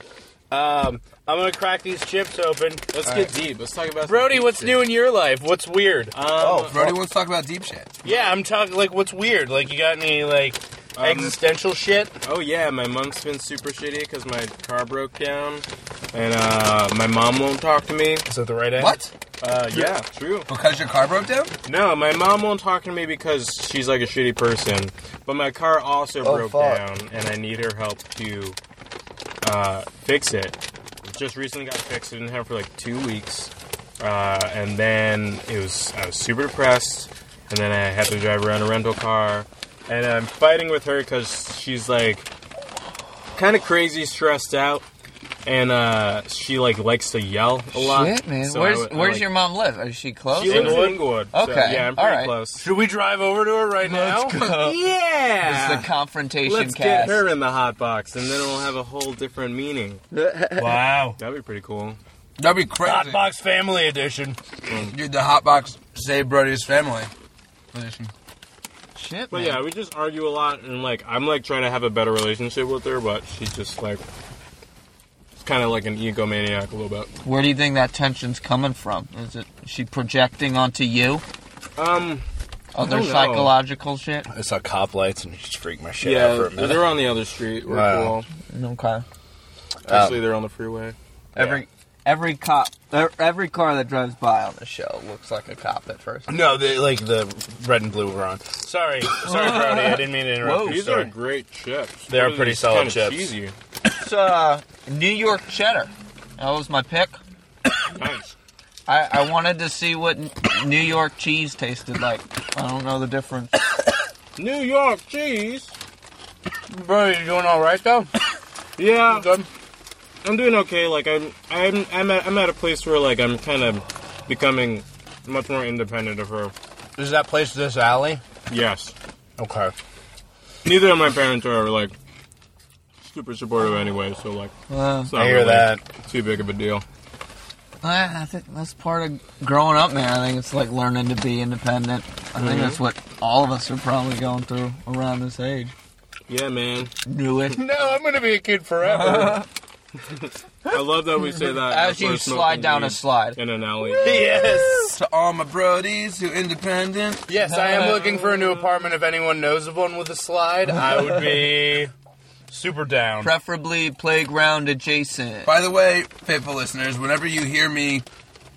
S8: Um, I'm gonna crack these chips open. Let's
S4: Let's
S8: get
S4: get deep. Let's talk about some
S8: Brody.
S4: deep
S8: What's
S4: shit.
S8: new in your life? What's weird?
S4: Um,
S7: Oh, Brody wants to talk about deep shit.
S8: yeah, I'm talking like what's weird. Like you got any like existential shit?
S4: Oh yeah, my month's been super shitty because my car broke down, and uh, my mom won't talk to me.
S8: Is that the right end?
S7: What?
S4: Uh, yeah, true.
S7: Because your car broke down?
S4: No, my mom won't talk to me because she's like a shitty person. But my car also
S5: Oh,
S4: broke down, and I need her help to uh, fix it. Just recently got fixed. I didn't have it for like two weeks, uh, and then it was I was super depressed. And then I had to drive around a rental car, and I'm fighting with her because she's like kind of crazy, stressed out, and uh, she like likes to yell a lot.
S5: Shit, man.
S4: So I
S5: where's
S4: would- I,
S5: Where's
S4: like-
S5: your mom live? Is she close?
S4: she lives in
S8: Inglewood?
S4: Inglewood. so,
S5: Okay,
S4: yeah, I'm
S5: all
S4: pretty
S5: right.
S4: close.
S8: Should we drive over to her right
S5: Let's
S8: now?
S5: go. It's
S4: Yeah.
S5: the confrontation
S4: Let's
S5: cast.
S4: get her in the hot box, and then it'll have a whole different meaning.
S8: Wow.
S4: That'd be pretty cool.
S7: That'd be crazy.
S8: Hotbox Family Edition.
S7: Dude, the hot box saved Brody's family. Edition.
S5: Shit,
S4: But
S5: man.
S4: yeah, we just argue a lot, and like I'm like trying to have a better relationship with her, but she's just like kind of like an egomaniac a little bit.
S5: Where do you think that tension's coming from? Is it is she projecting onto you?
S4: Um,
S5: Other
S4: don't know.
S5: psychological shit?
S8: I saw cop lights and just freaked my shit out for
S4: yeah,
S8: a minute.
S4: they're on the other street. We're
S8: Wow. Um,
S4: cool.
S5: Okay.
S4: Actually, they're on the freeway.
S5: Every every cop er- every car that drives by on the show looks like a cop at first.
S8: No, the, like the red and blue were on. Sorry, sorry, Brody. I didn't mean to interrupt.
S5: Whoa.
S8: your
S4: These
S8: story.
S4: are great chips.
S8: They are
S4: What
S8: pretty
S4: these?
S8: solid
S4: Kinda
S8: chips.
S4: Cheesy.
S5: It's uh New York cheddar. That was my pick.
S4: Nice.
S5: I, I wanted to see what n- New York cheese tasted like. I don't know the difference.
S4: New York cheese.
S8: Brody, you doing all right though?
S4: Yeah.
S8: Good.
S4: I'm doing okay. Like I'm, I'm, I'm at, I'm at a place where like I'm kind of becoming much more independent of her.
S8: Is that place this alley?
S4: Yes.
S8: Okay.
S4: Neither of my parents are like super supportive anyway, so like
S5: Uh,
S4: it's not
S8: I hear
S4: really
S8: that.
S4: too big of a deal.
S5: I I think that's part of growing up, man. I think it's like learning to be independent. I think that's what all of us are probably going through around this age.
S4: Yeah, man.
S5: Knew it.
S8: No, I'm gonna be a kid forever.
S4: I love that we say that
S5: As
S4: after
S5: you
S4: smoking
S5: slide down
S4: weed
S5: a slide.
S4: in an alley.
S8: yes.
S7: To all my Brodies who independent.
S8: Yes, I am looking for a new apartment. If anyone knows of one with a slide, I would be super down.
S5: Preferably playground adjacent.
S7: By the way, faithful listeners, whenever you hear me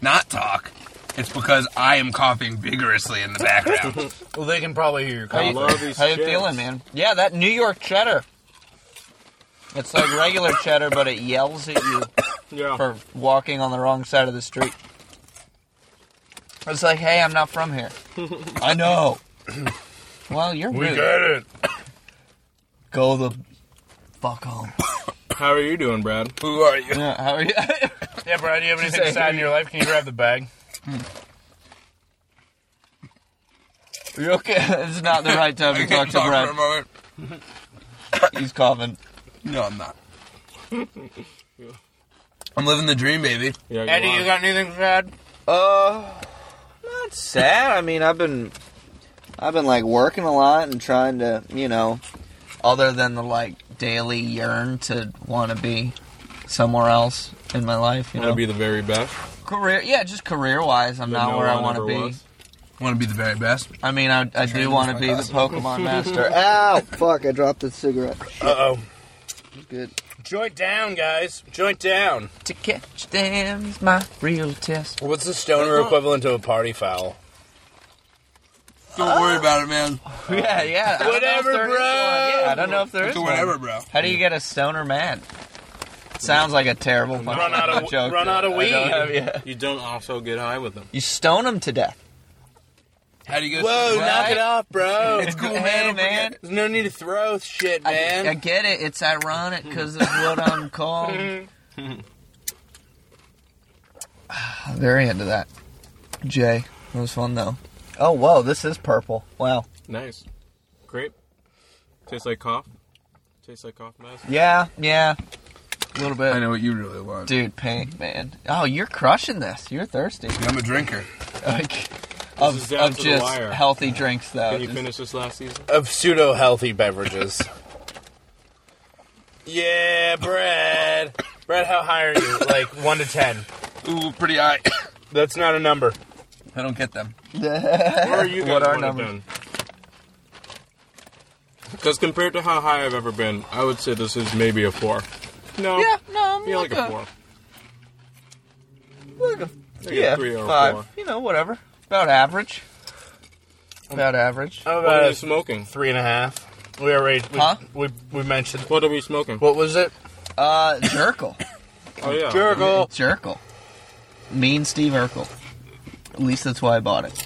S7: not talk, it's because I am coughing vigorously in the background.
S8: Well, they can probably hear
S4: I
S8: your comment.
S4: love these
S5: How you
S4: chips.
S5: feeling, man? Yeah, that New York cheddar. It's like regular cheddar, but it yells at you
S4: Yeah.
S5: for walking on the wrong side of the street. It's like, hey, I'm not from here. I know. well, you're
S8: We
S5: rude.
S8: get it.
S5: Go the fuck home.
S4: How are you doing, Brad?
S7: who are you?
S5: Yeah, how are you?
S8: Yeah, Brad, do you have
S5: Just say-
S8: anything sad in your life? Can you grab the bag?
S5: you okay? it's not the right time to
S7: I
S5: talk
S7: can't
S5: to
S7: talk for a
S5: Brad.
S7: moment.
S5: He's coughing.
S7: No, I'm not. I'm living the dream, baby.
S4: Yeah, you
S8: Eddie,
S4: are.
S8: you got anything sad?
S5: Uh, not sad. I mean, I've been, I've been like working a lot and trying to, you know, other than the like daily yearn to want to be somewhere else in my life. You
S4: That'd
S5: know,
S4: be the very best.
S5: career. Yeah, just career wise, I'm
S4: But
S5: not
S4: no
S5: where I
S4: one
S5: want to
S4: ever
S5: be.
S4: was.
S7: Want to be the very best?
S5: I mean, I, I do
S7: Training
S5: want to
S7: my
S5: be the
S7: cousin.
S5: Pokemon master.
S1: Ow! Oh, Fuck! I dropped the cigarette.
S8: Uh oh.
S1: Good.
S8: Joint down, guys. Joint down.
S5: to catch them's my real test.
S8: What's the stoner equivalent to a party foul?
S7: Don't worry about it, man.
S5: Yeah, yeah. I don't know if
S8: Whatever,
S5: there is
S8: bro.
S5: one. Yeah, I don't know if there is
S7: Do
S5: one.
S7: whatever, bro.
S5: How do you get a stoner mad? Sounds like a terrible fucking
S8: Run out of
S5: joke.
S8: run out of
S5: I
S8: weed.
S5: don't have- yeah.
S4: You don't also get high with them.
S5: You stone them to death.
S7: How do you go?
S8: Whoa,
S5: Right?
S8: knock it off, bro.
S7: It's cool,
S5: Hey,
S7: man.
S5: man.
S8: There's no need to throw shit, man.
S5: I, I get it. It's ironic because of what I'm called. Very into that. Jay, it was fun though. Oh whoa, this is purple. Wow.
S4: Nice. Grape. Tastes like cough. Tastes like cough mess.
S5: Yeah, yeah. A little
S7: I
S5: bit.
S7: know what you really want.
S5: Dude, paint, man. Oh, you're crushing this. You're thirsty.
S7: I'm a drinker.
S5: Like,
S4: is
S5: of
S4: down
S5: of
S4: to the
S5: just
S4: wire.
S5: healthy drinks though.
S4: Can you
S5: Just-
S4: finish this last season?
S8: of pseudo healthy beverages. yeah, Brad. Brad, how high are you? Like one to ten.
S7: Ooh, pretty high.
S8: That's not a number.
S7: I don't get them.
S4: Where are you guys
S5: What are
S4: wanna
S5: numbers?
S4: been? Because compared to how high I've ever been, I would say this is maybe a four. No.
S5: Yeah, no, I'm
S4: Yeah, like
S5: like,
S4: a
S5: a-
S4: four.
S5: like a
S4: Like a
S5: yeah,
S4: three or a
S5: five.
S4: four.
S5: You know, whatever. About average. About average.
S8: How
S4: What are
S8: about
S4: we smoking?
S8: three and a half? We already we,
S5: Huh?
S8: we, we mentioned
S4: What are we smoking?
S8: what was it?
S5: Uh, Jerkle.
S4: Oh yeah.
S8: Jurgle.
S5: Jerkle. Mean Steve Urkel. At least that's why I bought it. 'Cause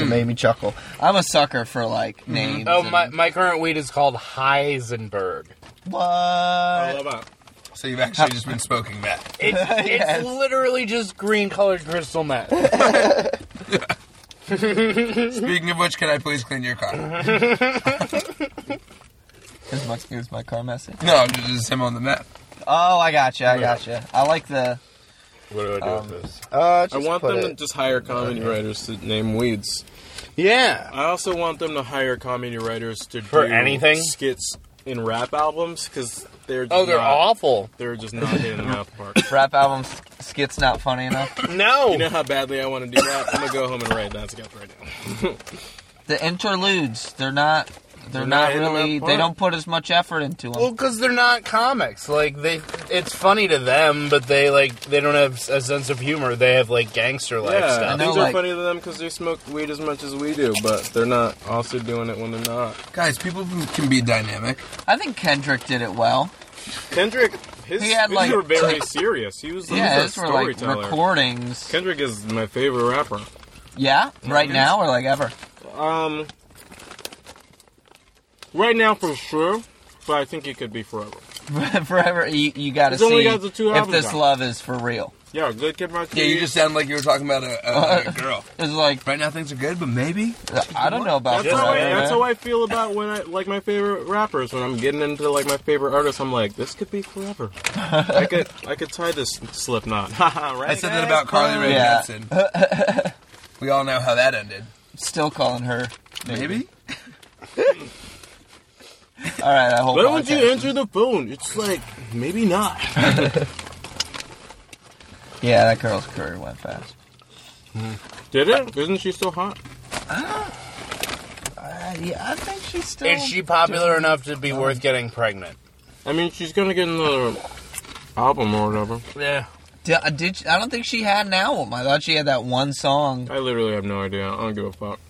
S5: It
S4: Mm.
S5: made me chuckle. I'm a sucker for like
S4: Mm-hmm.
S5: names.
S8: Oh
S5: and-
S8: my my current weed is called Heisenberg.
S4: I
S5: What?
S4: love that.
S7: So you've actually just been smoking that.
S8: It's,
S5: Yes.
S8: it's literally just green colored crystal meth.
S7: Speaking of which, can I please clean your car?
S5: Is my, is my car messy?
S7: No, just him on the map.
S5: Oh, I gotcha. I gotcha. I like the.
S8: what do I do with this?
S1: Uh,
S4: I
S1: just
S4: want
S1: put
S4: them to
S1: it.
S4: just hire comedy writers to name weeds.
S8: Yeah.
S4: I also want them to hire comedy writers to
S8: For
S4: do
S8: anything?
S4: skits in rap albums because they're just
S8: Oh, they're
S4: not,
S8: awful.
S4: They're just not hitting the mouth part.
S5: Rap album s- skits not funny enough.
S8: No.
S4: You know how badly I want to do that. I'm gonna go home and write that sketch right now.
S5: The interludes, they're not. They're,
S4: They're
S5: not,
S4: not hitting
S5: really.
S4: that
S5: They
S4: point.
S5: don't put as much effort into them.
S8: Well, because they're not comics. Like they, it's funny to them, but they like they don't have a sense of humor. They have like gangster life
S4: Yeah,
S8: stuff.
S5: know,
S4: things are
S5: like-
S4: funny to them because they smoke weed as much as we do, but they're not also doing it when they're not.
S7: Guys, people can be dynamic.
S5: I think Kendrick did it well.
S4: Kendrick, his
S5: He had,
S4: his
S5: like-
S4: were very serious. He was
S5: yeah,
S4: he
S5: those
S4: was a
S5: were like
S4: storyteller.
S5: recordings.
S4: Kendrick is my favorite rapper.
S5: Yeah, right now or like ever.
S4: Um, right now for sure, but I think it could be forever.
S5: Forever, you, you got to
S4: He's only
S5: see
S4: got the two
S5: if
S4: albums
S5: this
S4: out.
S5: love is for real.
S4: Yeah, good kid, Rock.
S7: Yeah, you just sound like you were talking about a, a, a girl.
S5: It's like
S7: Right now things are good, but maybe.
S5: I don't know about
S4: That's how,
S5: forever.
S4: I, that's how
S5: man.
S4: I feel about when I like my favorite rappers. When I'm getting into like my favorite artists, I'm like, this could be forever. I could I could tie this Slipknot. right?
S7: I said that about Carly Rae
S5: Yeah.
S7: Jepsen. we all know how that ended.
S5: Still calling her.
S7: Maybe.
S5: All right, I hope.
S4: Why don't you answer the phone? It's like maybe not.
S5: Yeah, that girl's career went fast.
S4: Did it? Isn't she still hot?
S5: Uh, yeah, I think she's still.
S8: Is she popular enough to be worth getting pregnant?
S4: I mean, she's gonna get another album or whatever.
S8: Yeah.
S5: Di- uh, Did, she- I don't think she had an album. I thought she had that one song.
S4: I literally have no idea. I don't give a fuck.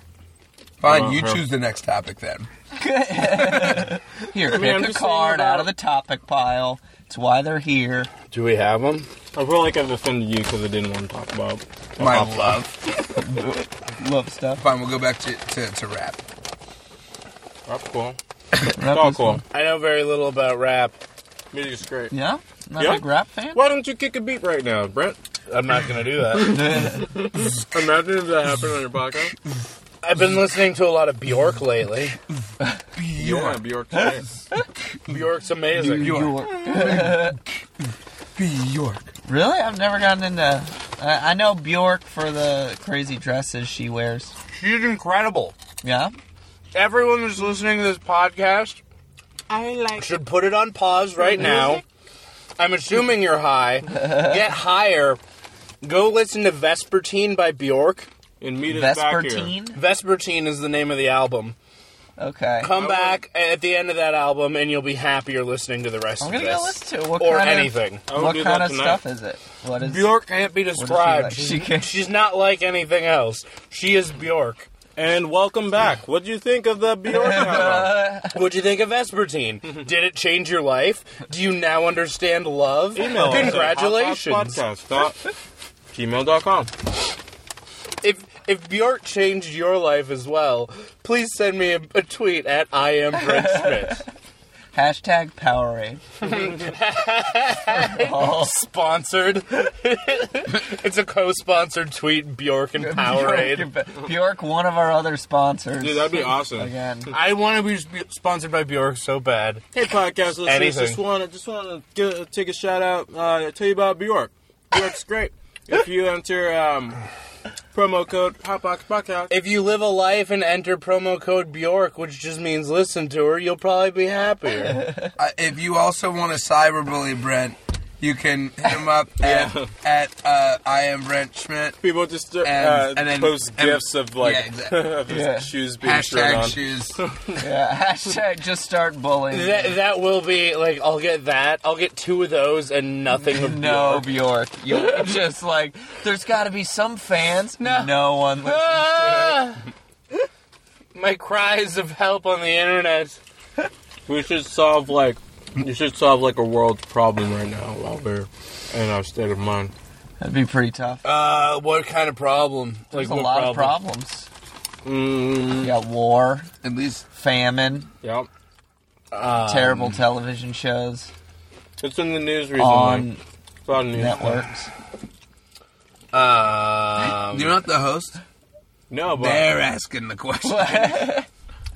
S7: Fine,
S4: Well,
S7: you
S4: her-
S7: choose the next topic then.
S5: Here, pick
S4: mean, I'm
S5: a
S4: just saying
S5: card
S4: about-
S5: out of the topic pile. It's why they're here.
S8: Do we have them?
S4: I feel like I've offended you because I didn't want to talk about.
S7: My love.
S5: Love stuff.
S7: Fine, we'll go back to, to, to rap.
S4: That's cool.
S5: Rap
S4: It's all
S5: is
S4: cool.
S5: fun.
S8: I know very little about rap.
S4: Music's great.
S5: Yeah, not
S4: Yeah.
S5: a big rap fan.
S4: Why don't you kick a beat right now, Brent?
S8: I'm not gonna do that.
S4: Imagine if that happened on your podcast.
S8: I've been listening to a lot of Bjork lately.
S4: Yeah, Bjork. today.
S8: Bjork's amazing.
S7: Bjork.
S5: Really? I've never gotten into. I, I know Bjork for the crazy dresses she wears.
S8: She's incredible.
S5: Yeah?
S8: Everyone who's listening to this podcast
S4: I like
S8: should put it on pause right now. I'm assuming you're high. Get higher. Go listen to Vespertine by Bjork.
S4: And meet us back here.
S5: Vespertine.
S8: Vespertine is the name of the album.
S5: Okay.
S8: Come back at the end of that album, and you'll be happier listening to the rest
S5: I'm
S8: of
S5: gonna
S8: this.
S5: go listen to it. What
S8: or
S5: kind
S8: anything.
S4: I
S5: Of,
S4: would
S5: what
S4: do
S5: kind
S4: that
S5: of
S4: tonight.
S5: stuff is it? What is?
S8: Bjork can't be
S5: she
S8: described.
S5: like?
S8: She's,
S5: She can't-
S8: she's not like anything else. She is Bjork.
S4: And welcome back. What do you think of the Bjork album?
S8: What'd you think of Vespertine? Did it change your life? Do you now understand love?
S4: Email us at
S8: Congratulations.
S4: gmail.com.
S8: If if Bjork changed your life as well, please send me a, a tweet at I am Brent Smith.
S5: Hashtag Powerade. oh,
S8: Sponsored. it's a co-sponsored tweet. Bjork and Powerade.
S5: Bjork, Bjork, one of our other sponsors.
S4: Dude, that'd be awesome.
S5: Again,
S8: I want to be sp- sponsored by Bjork so bad.
S4: Hey, podcast listeners,
S8: Anything.
S4: just want to just want to take a shout out. Uh, tell you about Bjork. Bjork's great. If you enter um, promo code Hotbox Podcast,
S8: If you live a life and enter promo code Bjork, which just means listen to her, you'll probably be happier.
S7: Uh, if you also want to cyberbully Brent, you can hit him up at, at uh, I am Brent Schmidt.
S4: people just uh,
S7: And- and then-
S4: post
S7: and-
S4: gifts of like
S7: yeah, exactly.
S4: of his
S5: Yeah.
S4: shoes being thrown
S7: Hashtag
S4: on.
S7: shoes.
S5: yeah. Hashtag just start bullying.
S8: that that will be like I'll get that. I'll get two of those and nothing of
S5: no,
S8: Bjork.
S5: Bjork. You're just like there's got to be some fans. No, no one. Listens.
S8: Ah! My cries of help on the internet.
S4: We should solve like you should solve like a world problem right now while we're in our state of mind.
S5: That'd be pretty tough.
S8: Uh, what kind of problem?
S5: There's
S8: Like
S5: a
S8: what
S5: lot
S8: problem?
S5: of problems.
S4: Mm,
S5: You got war,
S7: At least
S5: famine,
S4: yep,
S5: terrible television shows
S4: it's in the news recently.
S5: on
S4: it's on news.
S5: networks.
S8: Um,
S7: you're not the host.
S4: No, but
S7: They're asking the question.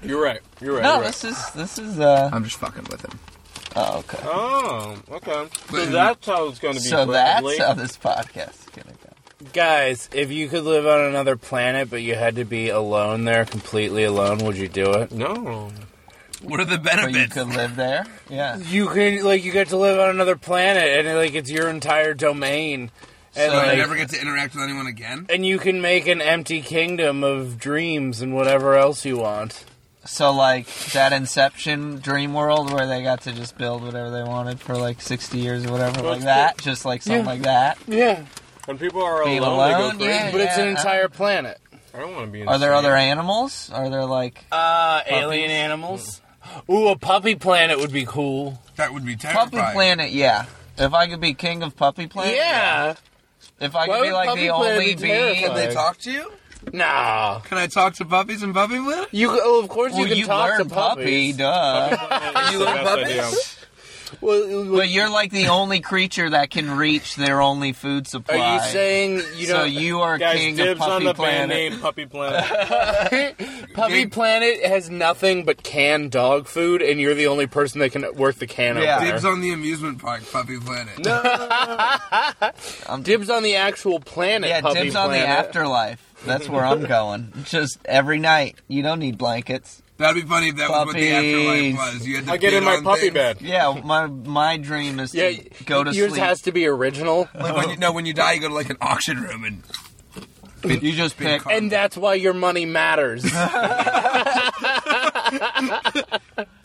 S4: you're right. You're right.
S5: No,
S4: you're right.
S5: this is this is uh
S7: I'm just fucking with him.
S5: oh, okay.
S4: Oh, okay. So
S7: But-
S4: that's how it's going to be.
S5: So that's
S4: Bradley.
S5: how this podcast is gonna go.
S8: guys, if you could live on another planet, but you had to be alone there, completely alone, would you do it?
S4: no.
S7: What are the
S5: But you
S7: benefits?
S5: could live there. Yeah.
S8: You can like you get to live on another planet, and like it's your entire domain, and
S5: So-
S7: I
S8: like,
S7: never get to interact with anyone again.
S8: and you can make an empty kingdom of dreams and whatever else you want.
S5: So like that Inception dream world where they got to just build whatever they wanted for like sixty years or whatever like
S4: it's
S5: that. Just like something
S8: Yeah.
S5: like that.
S8: Yeah,
S4: When people are
S5: Being
S4: alone,
S5: alone,
S4: they go crazy.
S8: but it's an
S5: Yeah.
S8: entire planet.
S4: I don't want to be. in
S5: Are there
S4: the
S5: other
S4: same-
S5: animals? Are there like
S8: Uh, alien animals. Hmm. Ooh, a puppy planet would be cool.
S7: That would be terrifying.
S5: Puppy Planet, yeah. If I could be king of Puppy Planet,
S8: Yeah.
S5: If I
S8: Why
S5: could be
S8: would
S5: like
S8: Puppy
S5: the
S8: Planet
S5: only
S8: be
S5: bee,
S8: terrifying?
S7: Can they talk to you?
S8: Nah.
S7: Can I talk to puppies in Puppy Planet?
S8: You oh, of course
S5: well,
S8: you can
S5: you
S8: talk to
S5: learn puppy,
S8: puppies.
S5: duh.
S4: That's
S7: You
S4: the
S7: love
S4: best
S7: puppies?
S4: idea.
S8: Well, well,
S5: but you're like the only creature that can reach their only food supply.
S8: are you saying uh, you
S5: so
S8: know
S5: you are
S4: Guys,
S5: king of
S4: dibs on
S5: Puppy
S4: the band
S5: Planet?
S4: name Puppy Planet.
S8: Puppy Planet has nothing but canned dog food, and you're the only person that can work the can
S5: Yeah.
S8: opener.
S7: Dibs on the amusement park, Puppy Planet.
S8: Dibs on the actual planet.
S5: Yeah,
S8: Puppy
S5: dibs on the
S8: planet.
S5: afterlife. That's where I'm going. Just every night. You don't need blankets.
S7: That'd be funny if that was what the
S5: Puppies.
S7: afterlife was. You had to
S4: I get
S7: bid
S4: in my
S7: on
S4: puppy
S7: things.
S4: bed.
S5: Yeah, my my dream is to
S8: Yeah,
S5: go to
S8: yours
S5: sleep.
S8: has to be original,
S7: Like when you, no, when you die, you go to like an auction room and
S5: you just
S7: bid
S5: pick.
S7: car-
S8: and that's why your money matters.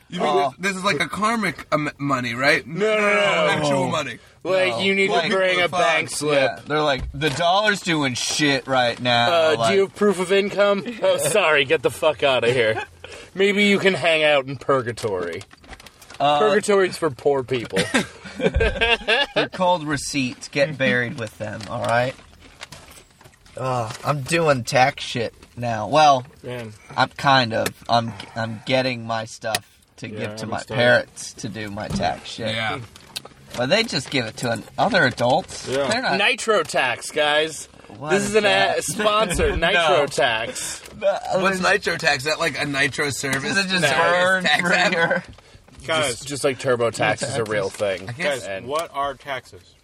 S7: You mean this is like a karmic um, money, right? No,
S8: no, no.
S5: Oh.
S7: actual money.
S8: like you need
S5: Like,
S8: to bring a
S7: fuck,
S8: bank slip.
S5: Yeah, they're like the dollar's doing shit right now.
S8: Uh,
S5: like-
S8: do you have proof of income? Oh, sorry, get the fuck out of here. Maybe you can hang out in purgatory.
S5: Uh,
S8: Purgatory's for poor people.
S5: They're called receipts. Get buried with them, all right? Uh, I'm doing tax shit now. Well,
S4: Man,
S5: I'm kind of. I'm I'm getting my stuff to give to
S4: I'm
S5: my
S4: still-
S5: parents to do my tax shit.
S7: Yeah.
S5: But they just give it to an, other adults.
S4: Yeah.
S5: They're not.
S8: Nitro tax, guys.
S5: What
S8: this
S5: is
S8: is an
S5: that?
S8: ad sponsor. Nitro tax.
S5: Oh,
S7: What's nitro tax? Is that like a nitro service?
S5: They just
S7: Service
S5: burn
S7: tax
S5: for
S7: app?
S5: your-
S4: guys,
S8: Just, just like turbo tax is a real thing.
S4: guys,
S8: And-
S4: what are taxes?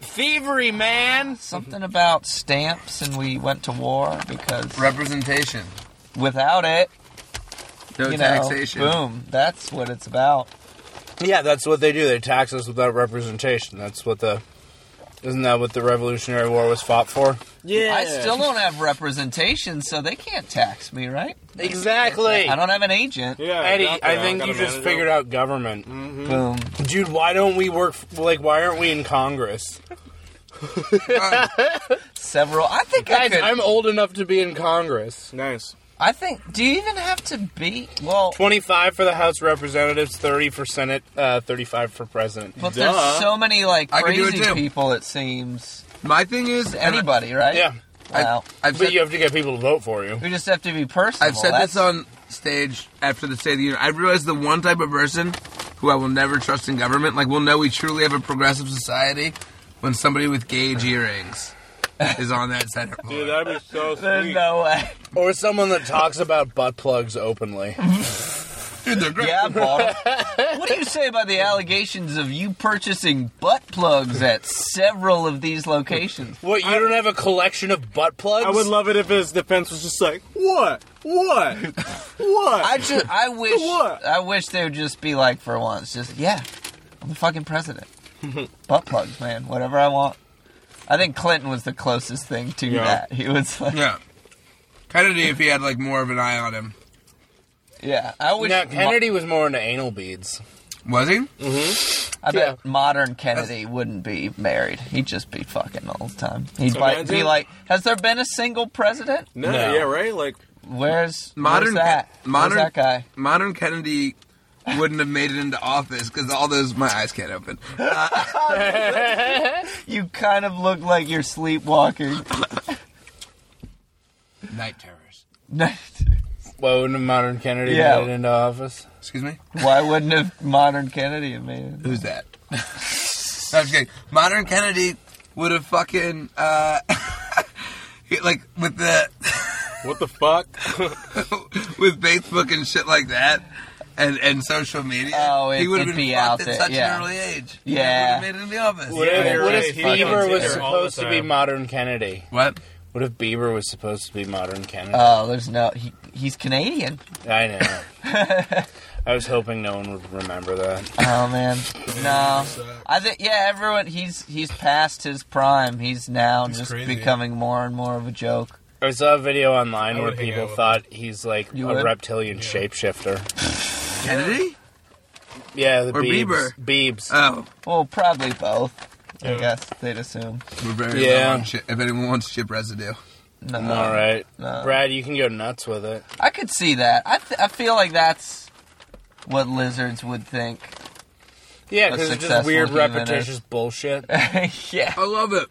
S8: Thievery, man.
S5: Something about stamps, and we went to war because
S7: Representation.
S5: without it,
S7: No
S5: you know,
S7: taxation.
S5: boom. That's what it's about.
S8: Yeah, that's what they do. They tax us without representation. That's what the. Isn't that what the Revolutionary War was fought for?
S4: Yeah.
S5: I still don't have representation, so they can't tax me, right?
S8: Exactly.
S5: I don't have an agent.
S4: Yeah,
S8: Eddie,
S4: exactly.
S8: I think
S4: got
S8: you
S4: a
S8: just
S4: manager.
S8: figured out government.
S7: Mm.
S5: Boom.
S8: Dude, why don't we work? f- Like, why aren't we in Congress?
S5: Several. I think I
S8: Guys,
S5: could. i
S8: I'm old enough to be in Congress.
S4: Nice.
S5: think. Do you even have to be? Well,
S8: 25 for the House of Representatives, 30 for Senate, uh, 35 for President.
S5: but
S4: Duh.
S5: there's so many like
S7: I could do it
S5: crazy
S7: too.
S5: people. It seems
S7: My thing is, and I-
S5: anybody, right?
S8: Yeah,
S5: Wow.
S7: I've
S8: but
S7: said,
S8: you have to get people to vote for you.
S5: we just have to be personal.
S7: I've said
S5: That's-
S7: this on stage after the State of the Union. I realized the one type of person who I will never trust in government, like we'll know we truly have a progressive society when somebody with gauge earrings is on that center floor.
S4: Dude, that'd be so
S5: There's
S4: sweet.
S5: no way.
S8: Or someone that talks about butt plugs openly.
S7: Dude, they're great.
S5: Yeah, I bought 'em. What do you say about the allegations of you purchasing butt plugs at several of these locations?
S8: What, you don't have a collection of butt plugs?
S4: I would love it if his defense was just like, what? What? what?
S5: I just, I wish,
S4: what?
S5: I wish they would just be like for once, just yeah, I'm the fucking president. butt plugs, man, whatever I want. I think Clinton was the closest thing to
S4: Yeah.
S5: that. He was like, yeah.
S7: Yeah. Kennedy, if he had like more of an eye on him,
S5: I wish.
S8: Now,
S5: mo-
S8: Kennedy was more into anal beads.
S7: was he?
S5: I bet modern Kennedy wouldn't be married. He'd just be fucking all the time. He'd like, be
S4: Imagine.
S5: like, "Has there been a single president?
S4: no,
S8: No.
S4: yeah, right? Like,
S5: Where's
S7: Modern
S5: modern that?
S7: Ke-
S5: Where's
S7: modern-
S5: that guy?"
S7: Modern Kennedy wouldn't have made it into office because all those my eyes can't open.
S5: You kind of look like you're sleepwalking.
S7: Night terrors.
S5: Why
S8: Well, wouldn't modern Kennedy
S5: Yeah.
S8: get into office?
S7: Excuse me.
S5: wouldn't have modern Kennedy have made it?
S7: Who's that? No, I'm just kidding. Modern Kennedy would have fucking uh, he- like with the
S4: what the fuck?
S7: with Facebook and shit like that, and and social media.
S5: Oh, it-
S7: he would have
S5: it'd
S7: been
S5: be
S7: fucked
S5: out
S7: at
S5: there,
S7: such
S5: yeah.
S7: an early age.
S5: Yeah.
S7: he would have made it in the office.
S8: What if,
S4: Yeah,
S8: what
S4: right.
S8: if
S4: Fucking
S8: Bieber was
S4: Twitter all the
S8: supposed to be
S4: time.
S8: modern Kennedy?
S7: What?
S8: What if Bieber was supposed to be modern Kennedy?
S5: Oh, there's no. He, he's Canadian.
S8: I know. I was hoping no one would remember that.
S5: Oh man, no. I think yeah. Everyone, he's he's past his prime. He's now just
S7: crazy.
S5: becoming more and more of a joke.
S8: I saw a video online
S3: I
S8: where
S3: would hang out
S8: people
S3: with
S8: thought he's like
S5: You
S8: a
S5: would?
S8: reptilian shapeshifter.
S7: Kennedy?
S8: Yeah, the
S7: Or
S8: Biebs. Biebs.
S7: Oh,
S5: Well, probably both. I guess they'd assume.
S7: we're very
S8: Yeah.
S7: low on chi- If anyone wants chip residue,
S5: No,
S8: I'm all right,
S5: no.
S8: Brad, you can go nuts with it.
S5: I could see that. I th- I feel like that's what lizards would think.
S8: Yeah,
S5: A
S8: because it's just
S5: successful
S8: weird,
S5: humanist.
S8: repetitious bullshit.
S5: yeah.
S7: I love it.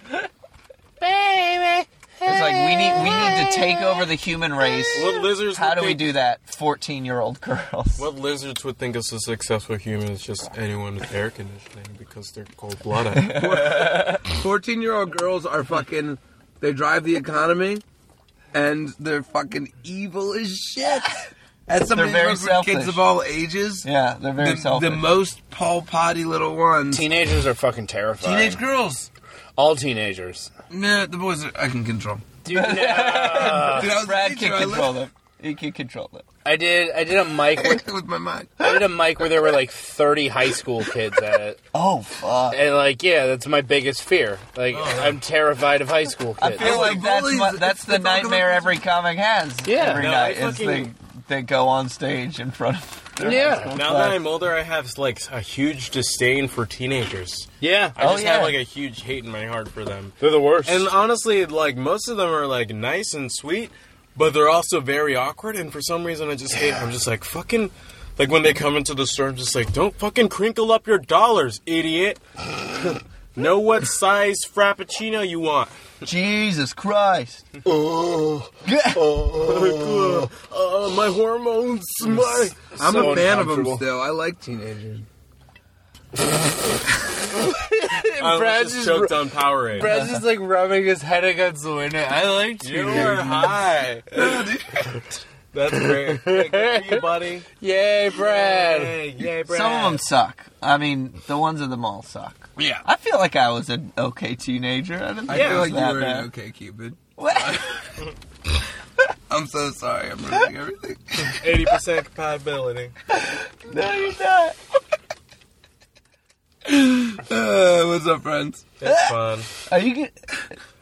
S5: It's like we need we need to take over the human race.
S4: What lizards
S5: How
S4: would
S5: do we
S4: think-
S5: do that? Fourteen year old girls.
S4: What lizards would think is a successful human is just anyone with air conditioning because they're cold blooded.
S7: Fourteen-year-old girls are fucking. They drive the economy, and they're fucking evil as shit. That's something
S5: They're very
S7: that works with kids
S5: selfish.
S7: of all ages.
S5: Yeah, they're very
S7: the,
S5: selfish.
S7: the most Paul Potty little ones.
S8: Teenagers are fucking terrifying.
S7: Teenage girls.
S8: All teenagers.
S7: No, the boys are, I can control.
S8: Dude, Uh,
S7: Dude, I was a
S5: Brad
S7: teacher,
S5: can
S7: I
S5: control
S7: lived
S5: them. He can control them.
S8: I did. I did a mic. With,
S7: with my mind.
S8: I did a mic where there were like thirty high school kids at it,
S5: Oh fuck!
S8: and like, yeah, that's my biggest fear. Like, I'm terrified of high school
S5: I
S8: kids.
S5: feel
S7: the
S5: like that's
S7: bullies.
S5: my, that's
S7: It's
S5: the
S7: the fucking-
S5: nightmare every comic has.
S8: Yeah.
S5: every
S4: No, I
S5: night is they
S4: fucking-
S5: they go on stage in front of. Their
S8: Yeah.
S5: high school
S4: now
S5: class.
S4: that I'm older, I have like a huge disdain for teenagers.
S8: Yeah,
S4: I
S5: Oh,
S4: just have
S5: yeah.
S4: like a huge hate in my heart for them.
S8: they're the worst.
S4: And honestly, like most of them are like nice and sweet, but they're also very awkward. And for some reason, I just hate. I'm just like fucking. Like when they come into the store, I'm just like, don't fucking crinkle up your dollars, idiot. know what size frappuccino you want.
S5: Jesus Christ!
S4: Uh, my hormones, my.
S7: I'm
S8: So
S7: a fan of
S8: uncomfortable.
S7: them still. I like teenagers.
S4: I was
S8: Brad's
S4: just
S8: just
S4: choked on Powerade.
S8: Brad's just like rubbing his head against the window. I like
S4: you are high. That's great. Thank you, buddy.
S8: Yay, Brad.
S4: Hey, yay, Brad.
S5: Some of them suck. I mean, the ones at the mall suck.
S7: Yeah.
S5: I feel like I was an okay teenager. I didn't
S7: I
S5: think it
S7: feel
S5: was
S7: like
S5: that
S7: you were
S5: bad.
S7: an okay Cupid.
S5: What?
S7: I'm so sorry. I'm ruining everything.
S4: Eighty percent compatibility.
S5: No, you're not.
S7: Uh, what's up, friends?
S4: That's fun.
S5: Are you? g-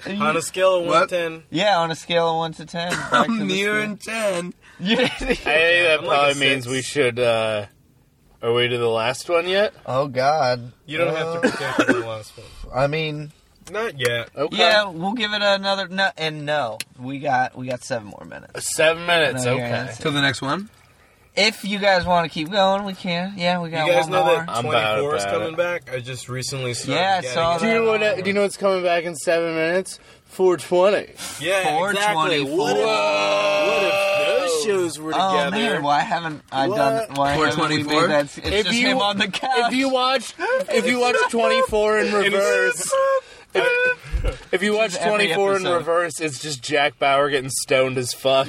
S5: Are you
S4: On a scale of one
S7: What?
S4: to ten,
S5: yeah, on a scale of one to ten. back to the
S7: I'm near
S5: scale.
S7: and ten.
S8: I think that
S4: I'm like
S8: probably
S4: a
S8: means
S4: six.
S8: we should. uh Are we to the last one yet?
S5: oh God.
S4: you don't have to pretend for the last one.
S5: I mean,
S4: Not yet.
S8: Okay.
S5: yeah, we'll give it another. No, and no, we got we got seven more minutes.
S8: Seven minutes.
S5: No,
S8: okay.
S5: you're not.
S7: Till the next one.
S5: If you guys want to keep going, we can. Yeah, we got
S4: You guys
S5: one
S4: know
S5: more.
S4: that
S8: I'm bad
S4: 24 is
S8: about
S4: coming
S8: it.
S4: back? I just recently started
S5: Yeah, I
S4: getting
S5: saw
S4: it.
S8: Do you know what? Do you know what's coming back in seven minutes? Four twenty.
S4: Yeah, exactly.
S5: 424.
S4: What if, what if those shows were
S5: Oh
S4: together?
S5: man, why haven't I done?
S4: What?
S5: Why haven't we
S7: 424?
S5: made that? It's
S8: If
S5: just
S8: you-
S5: him on the couch.
S8: If you watch, if you watch twenty four in reverse, if, if you watch
S5: is every
S8: twenty four in
S5: episode.
S8: reverse, it's just Jack Bauer getting stoned as fuck.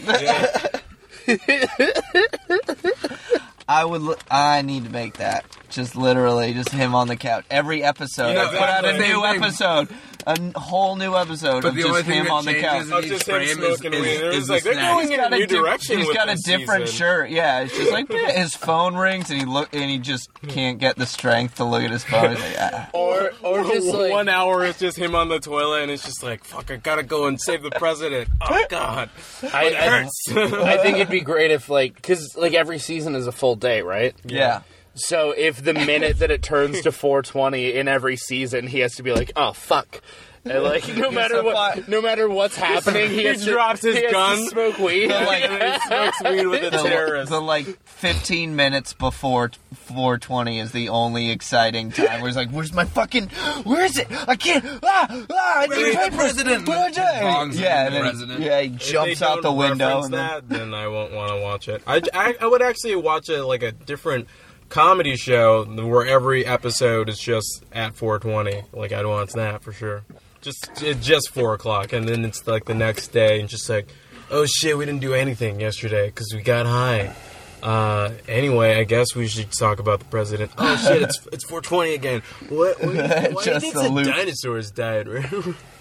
S5: I would. Li- I need to make that. Just literally, just him on the couch. Every episode,
S4: Yeah,
S5: I put out a
S4: exactly.
S5: new
S7: Same thing.
S5: episode, a n- whole new episode
S7: But
S5: of
S7: the
S5: just
S7: only thing
S5: him
S7: that
S5: on the couch.
S7: changes
S4: Of just him
S7: His frame is-
S4: smoking
S7: is-
S4: weed. It
S7: is
S4: was
S7: the
S4: like they're
S7: snack.
S4: going in a new
S5: diff-
S4: direction.
S5: He's
S4: with
S5: got a
S4: this
S5: different
S4: season.
S5: shirt. Yeah, it's just like "Yeah," his phone rings and he look and he just can't get the strength to look at his phone. He's like, "Ah."
S8: or or just like
S4: One hour is just him on the toilet, and it's just like, fuck, I gotta go and save the president. Oh god,
S8: I, I,
S4: hurts.
S8: I think it'd be great if like because like every season is a full day, right?
S5: yeah.
S8: So if the minute that it turns to 420 in every season, he has to be like, oh fuck. And like no matter
S5: fine.
S8: what, no matter what's happening, he,
S4: He
S8: has to-
S4: drops his
S8: he has to
S4: gun.
S8: smoke weed.
S5: like-
S4: and then he smokes weed with a
S5: The,
S4: terrorist.
S5: the like 15 minutes before t- 420 is the only exciting time where he's like, "Where's my fucking? Where is it? I can't! Ah, ah! I need
S7: Where's the
S5: papers.
S7: president?"
S5: What do I do?"
S7: Bongs at
S5: Yeah,
S7: the
S5: and then,
S7: president.
S5: yeah, he
S4: If
S5: jumps
S4: they
S5: out the
S4: don't
S5: window.
S4: reference
S5: And then,
S4: that, then I won't want to watch it. I, I, I would actually watch it like a different comedy show where every episode is just at 420. Like I'd watch that for sure. Just it- just four o'clock, and then it's like the next day, and just like, oh shit, we didn't do anything yesterday because we got high. Uh, anyway, I guess we should talk about the president. Oh shit, it's it's 420 again. What? what why do you
S5: Just
S4: think
S5: a
S4: the
S5: loop.
S4: dinosaurs died?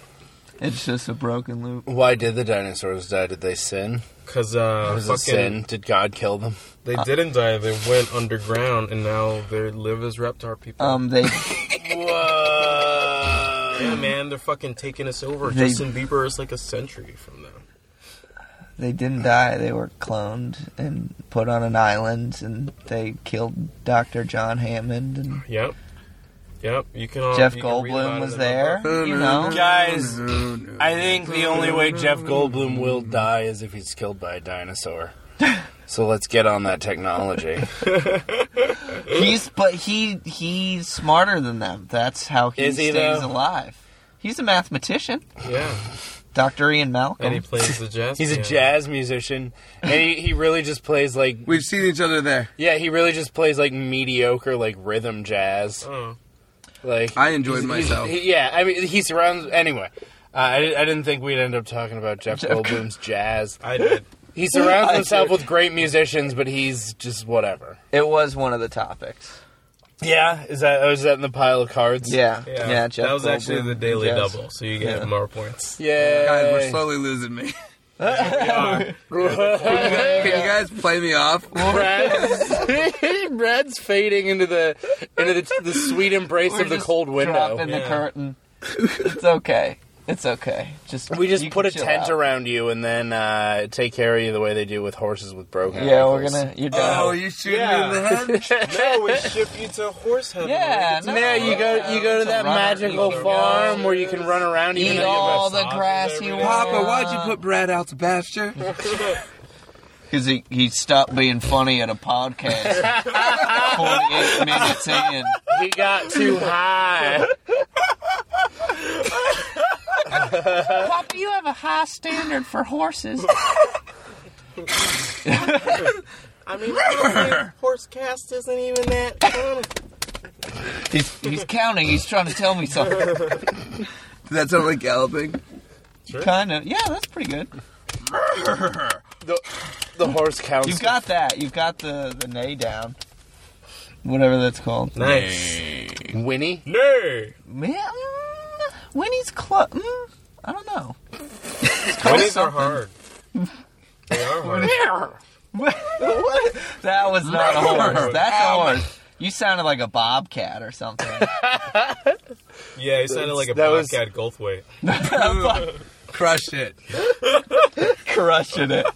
S5: it's just a broken loop.
S8: Why did the dinosaurs die? Did they sin?
S4: Because uh,
S8: Was it
S4: fucking
S8: sin? Did God kill them?
S4: They
S5: Uh,
S4: didn't die. They went underground, and now they live as reptar people.
S5: Um, they
S4: yeah, man, they're fucking taking us over.
S5: They-
S4: Justin Bieber is like a century from them.
S5: they didn't die. They were cloned and put on an island, and they killed Dr. John Hammond and
S4: Yep, yep. You can all,
S5: Jeff
S4: Oh, you can read about
S5: Goldblum
S4: it
S5: was
S4: in
S5: there.
S4: the book. Mm-hmm.
S5: You know,
S8: Guys,
S7: Oh,
S8: I think the only way Jeff Goldblum will die is if he's killed by a dinosaur. So let's get on that technology.
S5: he's but he he's smarter than them. That's how he
S8: Is he,
S5: stays
S8: though?
S5: alive. He's a mathematician,
S4: Yeah,
S5: Dr. Ian Malcolm.
S4: and he plays the jazz.
S8: He's a
S4: piano.
S8: jazz musician, and he, he really just plays like
S7: We've seen each other there.
S8: yeah, he really just plays like mediocre like rhythm jazz.
S4: Oh.
S8: Like
S7: I enjoyed
S8: he's- he's-
S7: myself.
S8: he- yeah, I mean he surrounds anyway. Uh, I, I didn't think we'd end up talking about Jeff Goldblum's jazz.
S4: I did.
S8: He surrounds
S5: I
S8: himself
S5: did.
S8: with great musicians, but he's just whatever.
S5: it was one of the topics.
S8: Yeah, is that oh, is that in the pile of cards?
S5: Yeah,
S4: Yeah,
S5: yeah. Jeff
S4: that was actually
S5: Goldblum,
S4: the daily
S5: jazz.
S4: double, so you get
S5: Yeah.
S4: more points.
S8: yeah.
S7: Guys, we're slowly losing me. Can you guys play me off?
S8: Brad's, Brad's fading into the into the, the sweet embrace
S5: We're
S8: of the
S5: just
S8: cold window.
S5: Dropping the
S4: Yeah.
S5: curtain. It's okay. It's okay. Just
S8: We just
S5: you
S8: put
S5: can
S8: a
S5: chill
S8: tent
S5: out.
S8: around you and then uh, take care of you the way they do with horses with broken.
S5: Yeah, we're
S8: ankles.
S5: gonna. You're done.
S7: Oh, you shooting me in the head?
S4: no, we ship you to horse heaven.
S5: yeah, no,
S8: Yeah, you go you go to
S5: It's a
S8: that
S5: runner.
S8: magical
S5: Eat
S8: farm where you can run around even
S5: Eat
S8: though you have
S5: all the
S4: sausage
S5: grass
S4: every
S5: you
S4: day.
S5: want.
S7: Papa, why'd you put Brad out to pasture?
S5: Because he, he stopped being funny at a podcast 48 minutes in.
S8: He got too high.
S5: Papa, you have a high standard for horses.
S4: I mean, horse cast isn't even that.
S5: He's, he's counting. He's trying to tell me something.
S7: Does that sound like galloping?
S5: Kind of. Yeah, that's pretty good.
S8: The, the horse counts.
S5: You've got that. You've got the, the nay down. Whatever that's called.
S4: nice.
S8: Winnie.
S4: No.
S5: Man, mm, Winnie's club. Mm, I don't know.
S4: Winnies are hard. They are hard.
S5: that was not a horse. That's a horse. You sounded like a bobcat or something.
S4: Yeah, he sounded like a
S3: That was-
S4: bobcat Goldthwait.
S7: Crushed it.
S5: Crushing it.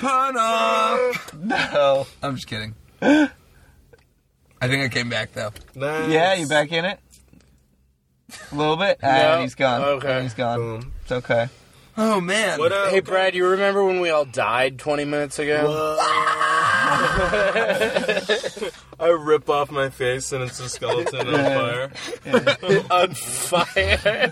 S7: Pun off.
S5: No.
S7: I'm just kidding. I think I came back though.
S4: Nice.
S5: Yeah, you back in it? A little bit? Ah,
S8: No.
S5: he's gone.
S8: Okay.
S5: He's gone.
S4: Boom.
S5: It's okay.
S7: Oh man.
S4: What up?
S8: Hey, Brad, you remember when we all died 20 minutes ago?
S4: I rip off my face and it's a skeleton on fire.
S8: On fire.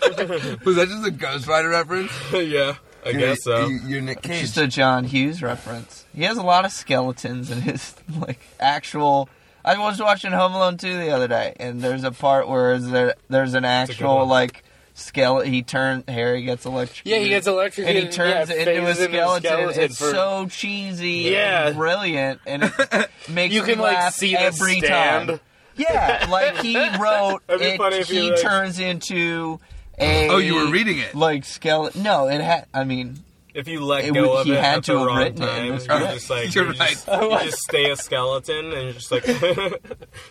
S7: Was that just a Ghost Rider reference?
S4: yeah, I
S7: You're-
S4: guess so.
S7: you- You're Nick Cage.
S5: Just a John Hughes reference. He has a lot of skeletons in his like actual. I was watching Home Alone 2 the other day, and there's a part where is there, there's an
S4: a good
S5: actual
S4: one.
S5: like skeleton. He turns Harry gets electrocuted.
S8: Yeah, he gets
S5: and
S8: electrocuted.
S5: he turns
S8: yeah,
S5: it into a
S8: phases him in
S5: skeleton. it's
S8: for-
S5: so cheesy
S8: Yeah.
S5: and brilliant, and it makes
S8: You
S5: me
S8: can, like,
S5: laugh
S8: see the
S5: every
S8: stand.
S5: time. Yeah, like he wrote
S4: That'd be
S5: it.
S4: funny if
S5: he
S4: you, like-
S5: turns into a.
S7: Oh, you were reading it.
S5: Like skeleton. No, it had. I mean,
S4: If you let
S5: It
S4: go
S5: would-
S4: of
S5: he
S4: it
S5: had
S4: at
S5: to
S4: the
S5: have
S4: wrong
S5: written it in
S4: time,
S5: his
S4: you're
S5: script.
S4: just like
S7: You're
S4: you just, you just stay a skeleton and you're just like then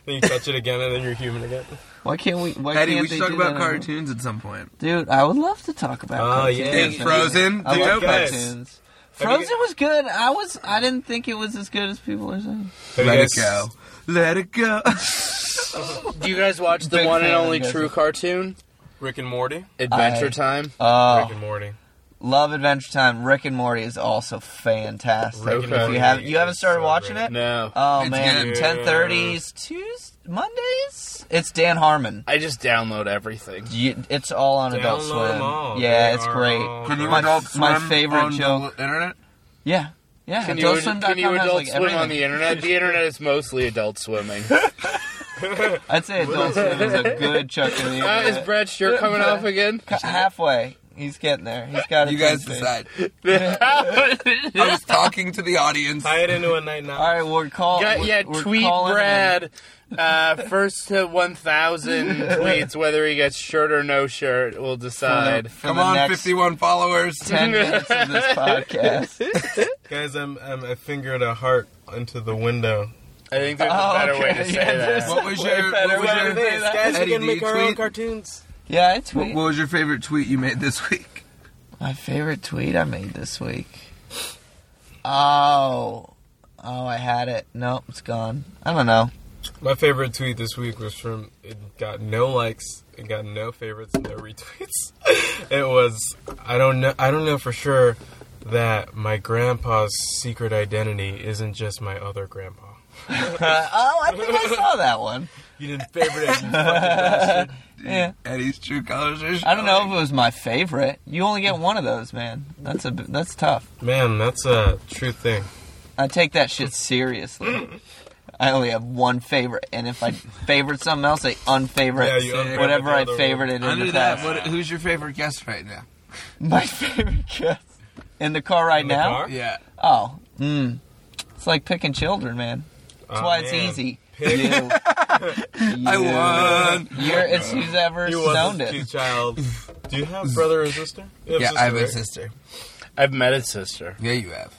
S4: you touch it again and then you're human again.
S5: why can't we? Why
S7: Eddie,
S5: can't
S7: we
S5: they
S7: should talk
S5: do
S7: about
S5: that anymore?
S7: cartoons at some point.
S5: Dude, I would love to talk about.
S4: Oh,
S5: cartoons.
S4: yeah.
S7: And Frozen,
S5: I
S7: the
S5: love
S7: joke.
S4: Guys,
S5: cartoons.
S4: have you
S5: Frozen was good. I was. I didn't think it was as good as people are saying.
S4: Have you
S7: Let it
S4: guys-
S7: go. Let it go.
S8: Do you guys watch the
S5: Big
S8: one and
S5: fan of
S8: only
S5: Ghost
S8: true
S5: Rider.
S8: cartoon,
S4: Rick and Morty.
S8: Adventure
S5: I-
S8: Time?
S5: Oh,
S4: Rick and Morty.
S5: love Adventure Time. Rick and Morty is also fantastic.
S4: Rick
S8: and
S5: If
S8: Morty
S5: you have, you haven't
S4: is
S5: started
S4: so
S5: watching
S4: great.
S5: it.
S8: No.
S5: Oh
S7: It's
S5: man,
S7: good.
S5: ten thirties, Tuesdays, Mondays. It's Dan Harmon.
S8: I just download everything.
S5: You, it's all on Adult
S4: Download 'em all.
S5: Swim. Yeah,
S4: They
S5: it's
S4: are
S5: great.
S4: all
S7: Can you
S4: great.
S7: adult
S5: my
S7: swim
S5: favorite
S7: on
S5: joke.
S7: The internet?
S5: Yeah, yeah.
S8: Can you,
S5: adult
S8: can you
S5: has
S8: adult
S5: like
S8: swim on the
S5: everything.
S8: internet? The internet is mostly adult swimming. Uh,
S5: I'd say Adult Swim is a good chunk of the
S8: Uh, is
S5: internet.
S8: Brad's shirt coming off again?
S5: Ca- halfway. He's getting there. He's got it.
S7: You guys
S5: Tuesday.
S7: decide. I was talking to the audience.
S4: Tie it into a night
S5: All
S4: now.
S5: right, we're calling.
S8: Yeah, yeah, tweet Brad uh, first to 1,000 tweets whether he gets shirt or no shirt. We'll decide.
S5: For
S7: Come
S5: the
S7: on,
S5: next
S7: 51 followers.
S5: ten minutes of this podcast.
S4: Guys, I'm, I'm I fingered a heart into the window.
S8: I think there's
S5: Oh,
S8: a better
S5: okay,
S8: way to say
S5: yeah,
S8: that.
S5: there's-
S7: What was your
S5: better
S7: what was your,
S5: way to say that.
S4: Guys,
S7: Eddie,
S4: we can
S7: do
S4: make
S7: you
S4: our own
S7: tweet?
S4: cartoons.
S5: Yeah, I
S7: what
S5: tweet.
S7: what was your favorite tweet you made this week?
S5: My favorite tweet I made this week. Oh, oh, I had it. Nope, it's gone. I don't know.
S4: My favorite tweet this week was from it got no likes, it got no favorites, no retweets. it was I don't know I don't know for sure that my grandpa's secret identity isn't just my other grandpa.
S5: oh, I think I saw that one.
S4: You didn't favorite it. you fucking bastard.
S5: Yeah,
S7: Eddie's true colors are
S5: I don't know if it was my favorite. You only get one of those, man. That's a that's tough.
S4: Man, that's a true thing.
S5: I take that shit seriously. I only have one favorite, and if I favorite something else, I unfavorite
S4: Yeah, you unfavorite
S5: whatever
S4: the
S5: I
S4: other
S5: favored it in
S7: Under
S5: the
S7: that,
S5: past.
S7: what, who's your favorite guest right now?
S5: My favorite guest in the car right
S4: In the
S5: now.
S4: car?
S7: Yeah.
S5: Oh, mm. it's like picking children, man. That's
S4: Aw,
S5: why it's
S4: Oh, man.
S5: easy.
S4: Pick.
S5: You.
S7: I won.
S5: You're, it's who's ever
S4: You was
S5: zoned
S4: this
S5: it.
S4: cute child. Do you have brother or sister? You
S7: Yeah, I have a
S4: right?
S7: sister.
S8: I've met his sister.
S7: Yeah, you have.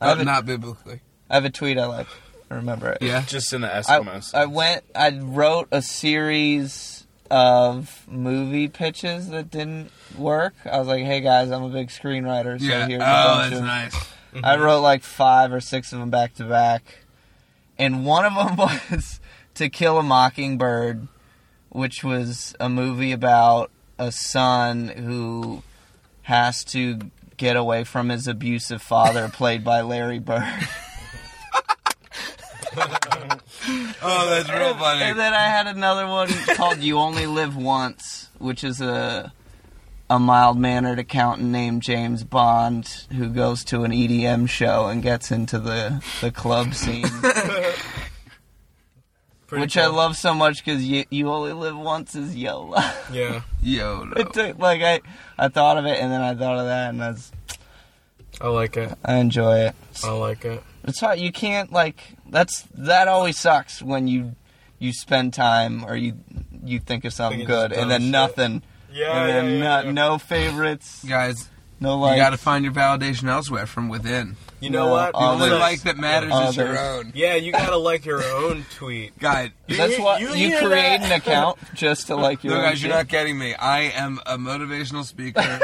S5: I have, a,
S7: not biblically.
S5: I have a tweet I like. I remember it.
S7: Yeah.
S8: Just in the
S5: I,
S8: Eskimo.
S5: I went. I wrote a series of movie pitches that didn't work. I was like, "Hey guys, I'm a big screenwriter, so
S7: Yeah.
S5: here's a
S7: Oh,
S5: bunch
S7: that's
S5: of."
S7: nice.
S5: I wrote like five or six of them back to back, and one of them was "To Kill a Mockingbird," which was a movie about a son who has to get away from his abusive father, played by Larry Bird.
S7: Oh, that's real
S5: and
S7: funny.
S5: then I had another one called "You Only Live Once," which is a a mild mannered accountant named James Bond who goes to an EDM show and gets into the the club scene.
S4: Pretty
S5: which
S4: cool.
S5: I love so much because you, you only live once is YOLO.
S4: Yeah.
S7: Yo, no.
S5: it took, like I, I thought of it and then I thought of that and I, was,
S4: I like it.
S5: I enjoy it.
S4: I like it.
S5: It's hard. You can't like that's that always sucks when you you spend time or you you think of something
S4: Think it's
S5: good
S4: dumb
S5: and then
S4: shit. Oh,
S5: nothing
S4: Yeah,
S5: and then
S4: yeah, yeah,
S5: not,
S4: yeah.
S5: no favorites,
S7: guys,
S5: No
S7: You
S5: like
S7: got to find your validation elsewhere from within.
S4: You know
S5: No,
S4: what?
S7: The
S5: Oh,
S7: only
S5: there's-
S7: like that matters is your
S5: there's-
S7: own.
S4: Yeah, you gotta like your own tweet.
S7: God,
S5: That's
S4: You-
S5: what
S4: you
S5: you,
S4: hear
S5: create an
S4: that?
S5: account just to like your
S7: no,
S5: own
S7: guys, you're
S5: shit.
S7: not getting me. I am a motivational speaker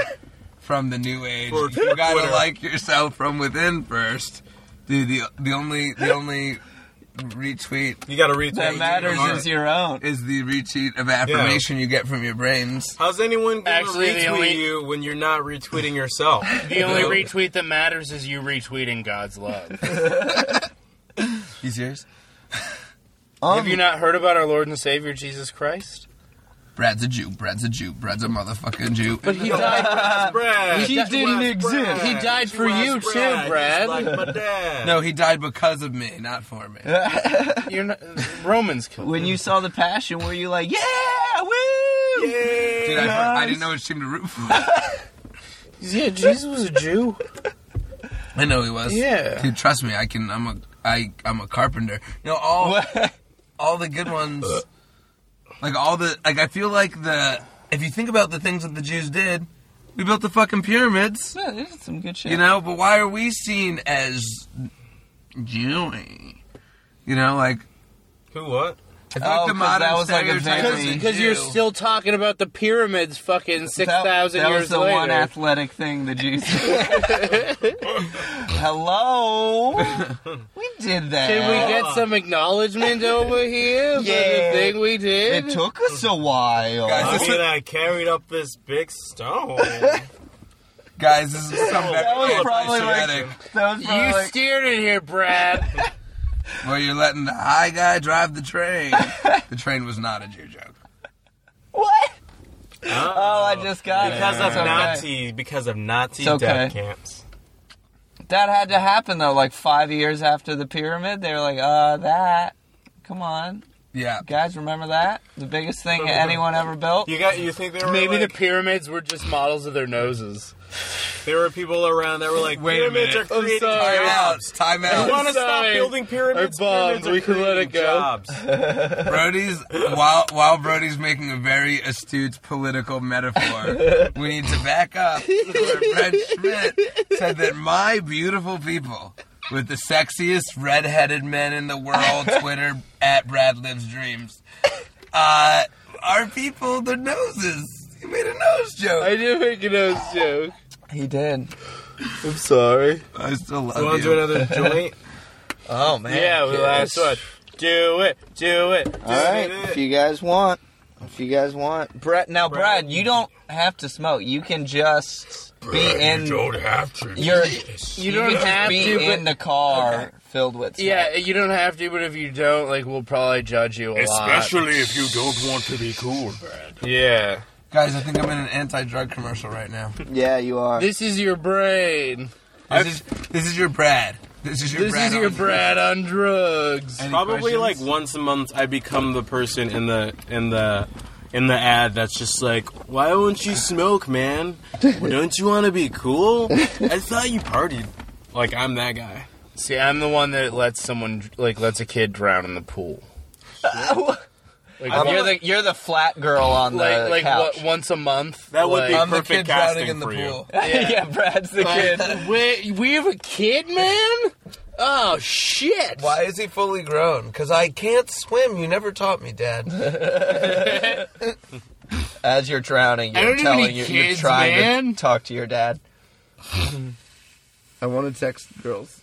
S7: from the new age.
S4: For
S7: you gotta
S4: Twitter.
S7: like yourself from within first, dude. The the only the only retweet
S4: You gotta read
S5: that matters
S7: You're
S5: is your own.
S7: is the retweet of affirmation you get from your brains.
S4: How's anyone gonna
S8: Actually, the
S4: retweet
S8: only-
S4: you when you're not retweeting yourself?
S8: The only retweet that matters is you retweeting God's love.
S7: You serious?
S5: Um,
S8: Have you not heard about our Lord and Savior Jesus Christ?
S7: Brad's a Jew. Brad's a Jew. Brad's a motherfucking Jew. But
S8: He died.
S4: Brad,
S5: He
S4: that's
S5: didn't
S4: Brad,
S5: exist.
S8: He died for
S4: Brad,
S8: you too,
S4: Brad,
S8: Brad.
S4: Just like my dad.
S7: no, he died because of me, not for me.
S8: You're not, Romans killed. him.
S5: When you saw the passion, were you like, yeah, woo?
S7: Dude, I, for- I didn't know which team to root for.
S8: yeah, Jesus was a Jew.
S7: I know he was.
S8: Yeah.
S7: Dude, trust me. I can. I'm a. I. I'm a carpenter. No, all. all the good ones. Like all the. Like I feel like the. If you think about the things that the Jews did, we built the fucking pyramids.
S5: Yeah, this is some good shit.
S7: You know, but why are we seen as Jewy? You know, like
S4: Who what?
S7: I feel
S5: Oh,
S7: like the
S5: 'cause
S7: modern
S5: that was like a
S7: stereotype
S5: very-
S7: is a
S8: Because you're
S7: Jew.
S8: still talking about the pyramids fucking
S5: That-
S8: 6,000
S5: that
S8: years
S5: was the
S8: later.
S5: one athletic thing the Jews. Hello, we did that.
S8: Did we get some acknowledgement over here for
S5: Yeah.
S8: the thing we did?
S5: It took us a while.
S7: Guys,
S4: I
S7: this
S4: mean,
S7: is,
S4: I carried up this big stone.
S7: guys, this is some
S5: that was
S7: very
S5: probably like-
S7: anti-Semitic,
S5: that was
S8: you
S5: probably like,
S8: steered it here, Brad.
S7: where you're letting the high guy drive the train. the train was not a Jew joke.
S5: what? Oh, I just got
S4: because
S5: it.
S4: of
S5: It's okay.
S4: Nazi, because of Nazi
S5: It's okay.
S4: death camps.
S5: That had to happen though. Like five years after the pyramid, they were like, "Uh, that. Come on,
S7: Yeah,
S5: guys, remember that? The biggest thing anyone ever built."
S4: You got? You think there were
S8: Maybe the
S4: like,
S8: pyramids were just models of their noses.
S4: there were people around that were like,
S7: Wait a
S4: pyramids are
S7: minute.
S8: I'm
S4: creating
S8: sorry.
S7: time out,
S4: jobs.
S7: time
S4: You
S7: out.
S4: want to stop
S8: sorry.
S4: building pyramids?
S8: Our bombs,
S4: Pyramids are
S8: we can let
S4: creating
S8: it go.
S4: Jobs.
S7: Brody's while while Brody's making a very astute political metaphor, we need to back up to where Brad Schmidt said that my beautiful people with the sexiest redheaded men in the world, Twitter at Brad Lives Dreams, uh, are people their noses. He made a nose
S8: I
S7: joke.
S8: did make a nose joke.
S5: He did.
S8: I'm sorry.
S7: I, still
S4: You
S7: love
S4: want to do
S7: you.
S4: another joint?
S5: Oh man.
S8: Yeah, the last one. Do it, do it.
S5: All right, if you guys want, if you guys want, Brett. Now, Brad, you don't have to smoke. You can just be in. You
S4: have to.
S5: are
S8: You don't
S5: can just
S8: have
S5: be
S8: to, but
S5: in the car filled with. Smoke.
S8: yeah, you don't have to. But if you don't, like, we'll probably judge you a lot.
S4: if you don't want to be cool, Brad.
S8: Yeah,
S7: Guys, I think I'm in an anti-drug commercial right now.
S1: Yeah, you are.
S8: this is your brain.
S7: This is this is your Brad. This is your
S8: This
S7: Brad.
S8: is your
S7: on-
S8: Brad on drugs.
S7: Any
S4: Probably
S7: questions?
S4: like once a month, I become the person in the in the in the ad that's just like, "Why don't you smoke, man? don't you want to be cool? I thought you partied." Like I'm that guy.
S8: See, I'm the one that lets someone, like, lets a kid drown in the pool. Like,
S5: Um,
S8: one-
S5: you're the you're the flat girl on the
S8: like, like
S5: couch.
S8: what, once a month.
S4: That would be
S8: like-
S7: I'm the
S4: perfect
S7: kid
S4: casting
S7: drowning in the
S4: for you.
S7: pool.
S5: yeah. Brad's the kid.
S8: Wait, we have a kid, man? Oh shit!
S7: Why is he fully grown? Because I can't swim. You never taught me, Dad.
S5: As you're drowning,
S8: I
S5: you're
S8: don't have any
S5: telling you you're
S8: kids,
S5: trying
S8: man.
S5: to talk to your dad.
S7: I want to text girls.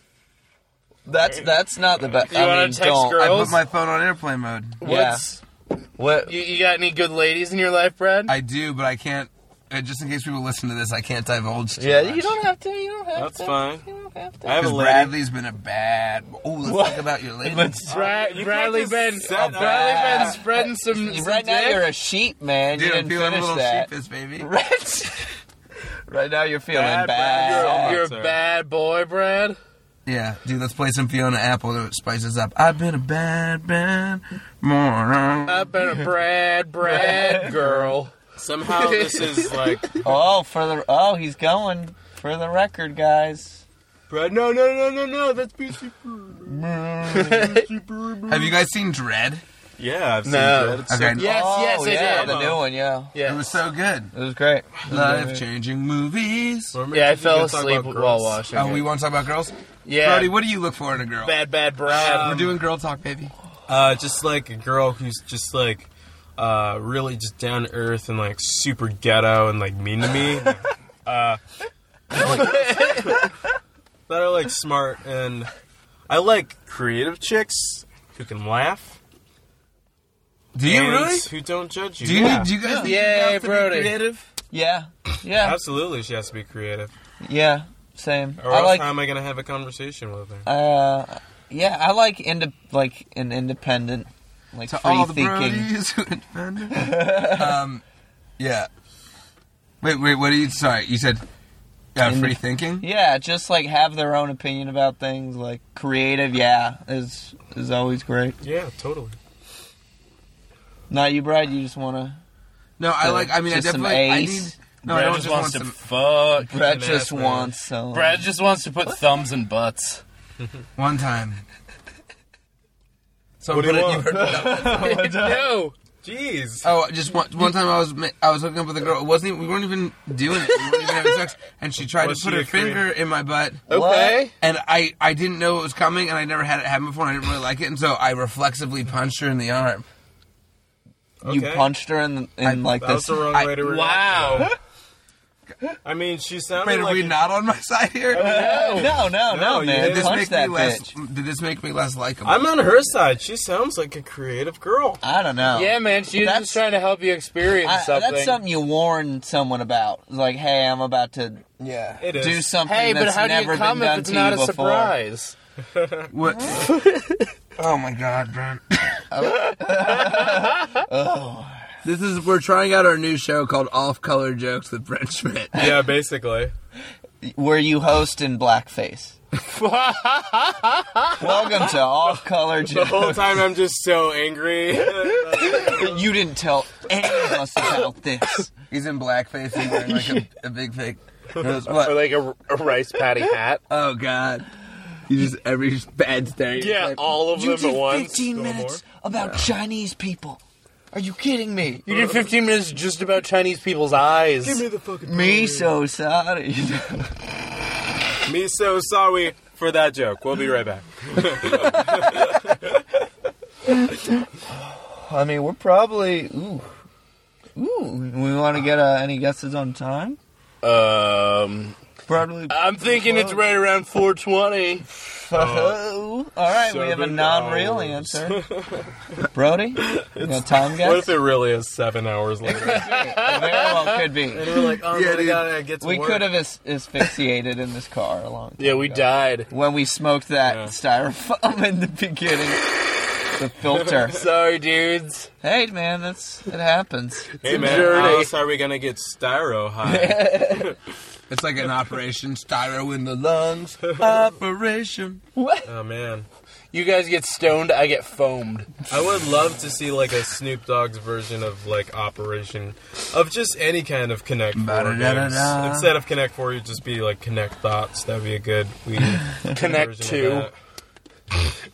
S5: That's that's not the best.
S8: You
S5: I
S8: wanna
S5: mean,
S8: text
S5: don't.
S8: girl?
S7: I
S8: Girls?
S7: put my phone on airplane mode.
S8: What's
S5: What?
S8: you, you got? Any good ladies in your life, Brad?
S7: I do, but I can't. Uh, just in case people listen to this, I can't divulge. too
S5: Yeah,
S7: much.
S5: you don't have to. You don't have
S4: That's
S5: to.
S4: fine.
S5: You don't have to.
S4: I have a
S7: Because
S4: lady.
S7: Bradley's been a bad. boy. Oh, let's talk about your lady.
S8: Brad,
S4: Uh, You can't
S8: Bradley
S4: just
S8: been uh,
S4: set
S8: Bradley been
S5: up.
S8: spreading some. some
S5: Right now
S8: dick.
S5: you're a sheep, man.
S7: Dude,
S5: you
S7: I'm
S5: didn't
S7: feeling a
S5: finish
S7: little
S5: that.
S7: sheepish, baby.
S5: Right. right now you're feeling
S4: Bad,
S5: bad.
S4: bad
S8: you're a
S4: Sorry.
S8: bad boy, Brad.
S7: Yeah, dude, let's play some Fiona Apple to spice this up. I've been a bad, bad moron.
S8: I've been a Brad, Brad girl.
S4: Somehow this is like,
S5: Oh, for the oh, he's going for the record, guys.
S4: Brad. No, no, no, no, no. That's BC.
S7: Have you guys seen Dread?
S4: Yeah, I've seen
S8: No.
S4: that. It's
S7: Okay.
S4: so-
S8: Yes,
S5: oh,
S8: yes, I
S5: yeah,
S8: did.
S5: the new one, yeah.
S8: Yeah.
S7: It was so good.
S5: It was great.
S7: Life changing movies.
S4: Remember
S8: yeah, I
S4: you
S8: fell
S4: could talk
S8: asleep
S4: about
S8: while
S4: girls?
S8: watching.
S7: Oh,
S8: it.
S7: we want to talk about girls?
S8: yeah,
S7: Brody, what do you look for in a girl?
S8: bad, bad Brad.
S4: Um,
S7: We're doing girl talk, baby.
S4: Uh, just like a girl who's just like uh, really just down to earth and like super ghetto and like mean to me. uh, that are like smart and I like creative chicks who can laugh.
S7: Do you
S4: and
S7: really?
S4: Who don't judge you?
S7: Do you
S4: Yeah.
S7: need, do you guys need
S8: Yay,
S7: girls to be
S8: Brody.
S7: creative?
S5: Yeah, yeah,
S4: Absolutely, she has to be creative.
S5: yeah. Same.
S4: Or
S5: I
S4: else
S5: like.
S4: how am I going to have a conversation with her?
S5: Uh, yeah, I like inde- like an independent, like
S7: To
S5: free
S7: all the
S5: thinking.
S7: Brodies who offend her. um, yeah. Wait, wait, what are you, sorry, you said uh,
S5: In-
S7: free thinking?
S5: Yeah, just like have their own opinion about things. Like creative, yeah, is is always great.
S4: Yeah, totally.
S5: Not you, Brad. You just wanna.
S7: No, I like, I mean, I
S5: Just some
S7: definitely, I
S5: A's.
S7: need, no, I
S8: Brad
S7: don't
S8: just wants to
S7: want
S8: fuck.
S5: Brad
S4: ass,
S5: just
S4: Brad.
S5: wants some.
S8: Brad just wants to put thumbs in butts.
S7: One time. So
S4: What do you
S7: but it-
S4: want?
S7: you heard me out.
S8: no.
S4: Jeez.
S7: Oh, just one, one time I was ma- I was hooking up with a girl. It wasn't even, we weren't even doing it. We weren't even having sex, and she tried
S4: Was
S7: to put
S4: she
S7: her
S4: a creep?
S7: finger in my butt.
S8: Okay.
S7: And I, I didn't know it was coming, and I never had it happen before, and I didn't really like it, and so I reflexively punched her in the arm.
S5: you
S4: okay.
S5: punched her in the, in like
S4: That was
S5: this.
S4: the wrong
S7: I-
S4: way to react.
S8: Wow.
S4: I mean, she sounded
S7: Wait, are
S4: like
S7: we
S4: a-
S7: not on my side here?
S5: No, no, no,
S4: No, you
S5: man.
S4: did
S7: Did this
S5: Punch
S7: make me
S5: that
S7: less?
S5: bitch.
S7: Did this make me less likable?
S4: I'm on her side. She sounds like a creative girl.
S5: I don't know.
S8: Yeah, man, she was
S5: That's-
S8: just trying to help you experience
S5: I,
S8: something.
S5: that's something you warn someone about. It's Like, hey, I'm about to
S7: yeah.
S4: It is.
S5: do something
S8: Hey, but
S5: that's
S8: how do
S5: never
S8: you come
S5: been done
S8: if it's
S5: to
S8: not a
S5: you before.
S8: surprise?
S7: What? oh my god, Brent. This is we're trying out our new show called Off Color Jokes with Brent Schmidt.
S4: yeah, basically.
S5: Where you host in blackface. Welcome to Off Color
S4: The whole
S5: Jokes.
S4: time I'm just so angry.
S5: You didn't tell any of us about this.
S7: He's in blackface and wearing like a, a big fake. nose. What?
S8: Or like a, a rice patty hat?
S7: Oh God! You just every bad stereotype.
S8: Yeah, all of them at once.
S5: 15 minutes about Chinese people. Are you kidding me?
S8: You did 15 minutes just about Chinese people's eyes.
S4: the fucking
S5: Me so sorry.
S4: Me so sorry for that joke. We'll be right back.
S5: I mean, we're probably ooh, ooh. We want to get uh, any guesses on time?
S8: um,
S5: Probably.
S8: I'm thinking it's right around 420.
S5: uh, All right, we have a
S4: seven
S5: non-real
S4: hours.
S5: answer. Brody, you got a time guess?
S4: What if it really is seven hours later?
S5: Very well could be.
S4: We're like, oh
S7: Yeah,
S4: my
S7: dude.
S4: god, I get to
S5: We
S4: work.
S5: could have as- asphyxiated in this car a long time
S8: Yeah, we
S5: ago.
S8: died.
S5: When we smoked that
S4: Yeah.
S5: styrofoam in the beginning. The filter.
S8: Sorry, dudes.
S5: hey, man, that's it happens.
S4: Hey man,
S8: journey.
S4: how else are we gonna get styro high?
S7: It's like an operation styro in the lungs. Operation.
S4: oh man,
S8: You guys get stoned, I get foamed.
S4: I would love to see like a Snoop Dogg's version of like Operation, of just any kind of Connect Four games.
S7: Ba-da-da-da-da.
S4: Instead of Connect Four, you just be like Connect Thoughts. That'd be a good weed
S8: Connect
S4: version of
S8: two.
S4: that.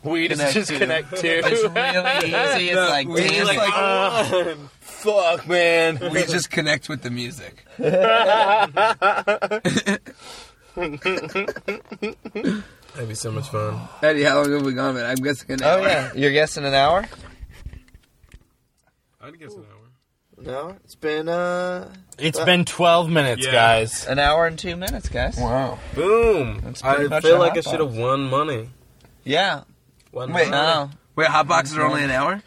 S8: We just
S5: Connect
S8: just
S5: two.
S8: connect two.
S5: It's really easy. It's like,
S7: we
S5: damn,
S7: just
S5: like,
S7: like
S8: Fuck, man.
S7: we just connect with the music.
S4: That'd be so much fun.
S7: Eddie, how long have we gone? Man, I'm guessing an
S5: oh
S7: hour.
S5: yeah, you're guessing an hour?
S4: I'd guess an hour.
S5: No, it's been uh
S8: It's been 12 minutes,
S4: Yeah.
S8: guys.
S5: an hour and two minutes, guys.
S7: Wow.
S4: Boom!
S5: That's pretty
S4: I
S5: much
S4: feel
S5: a
S4: like I
S5: hot
S4: should have won money.
S5: Yeah.
S4: Won
S7: Wait,
S4: money.
S5: No.
S7: Wait, hot boxes are only an hour.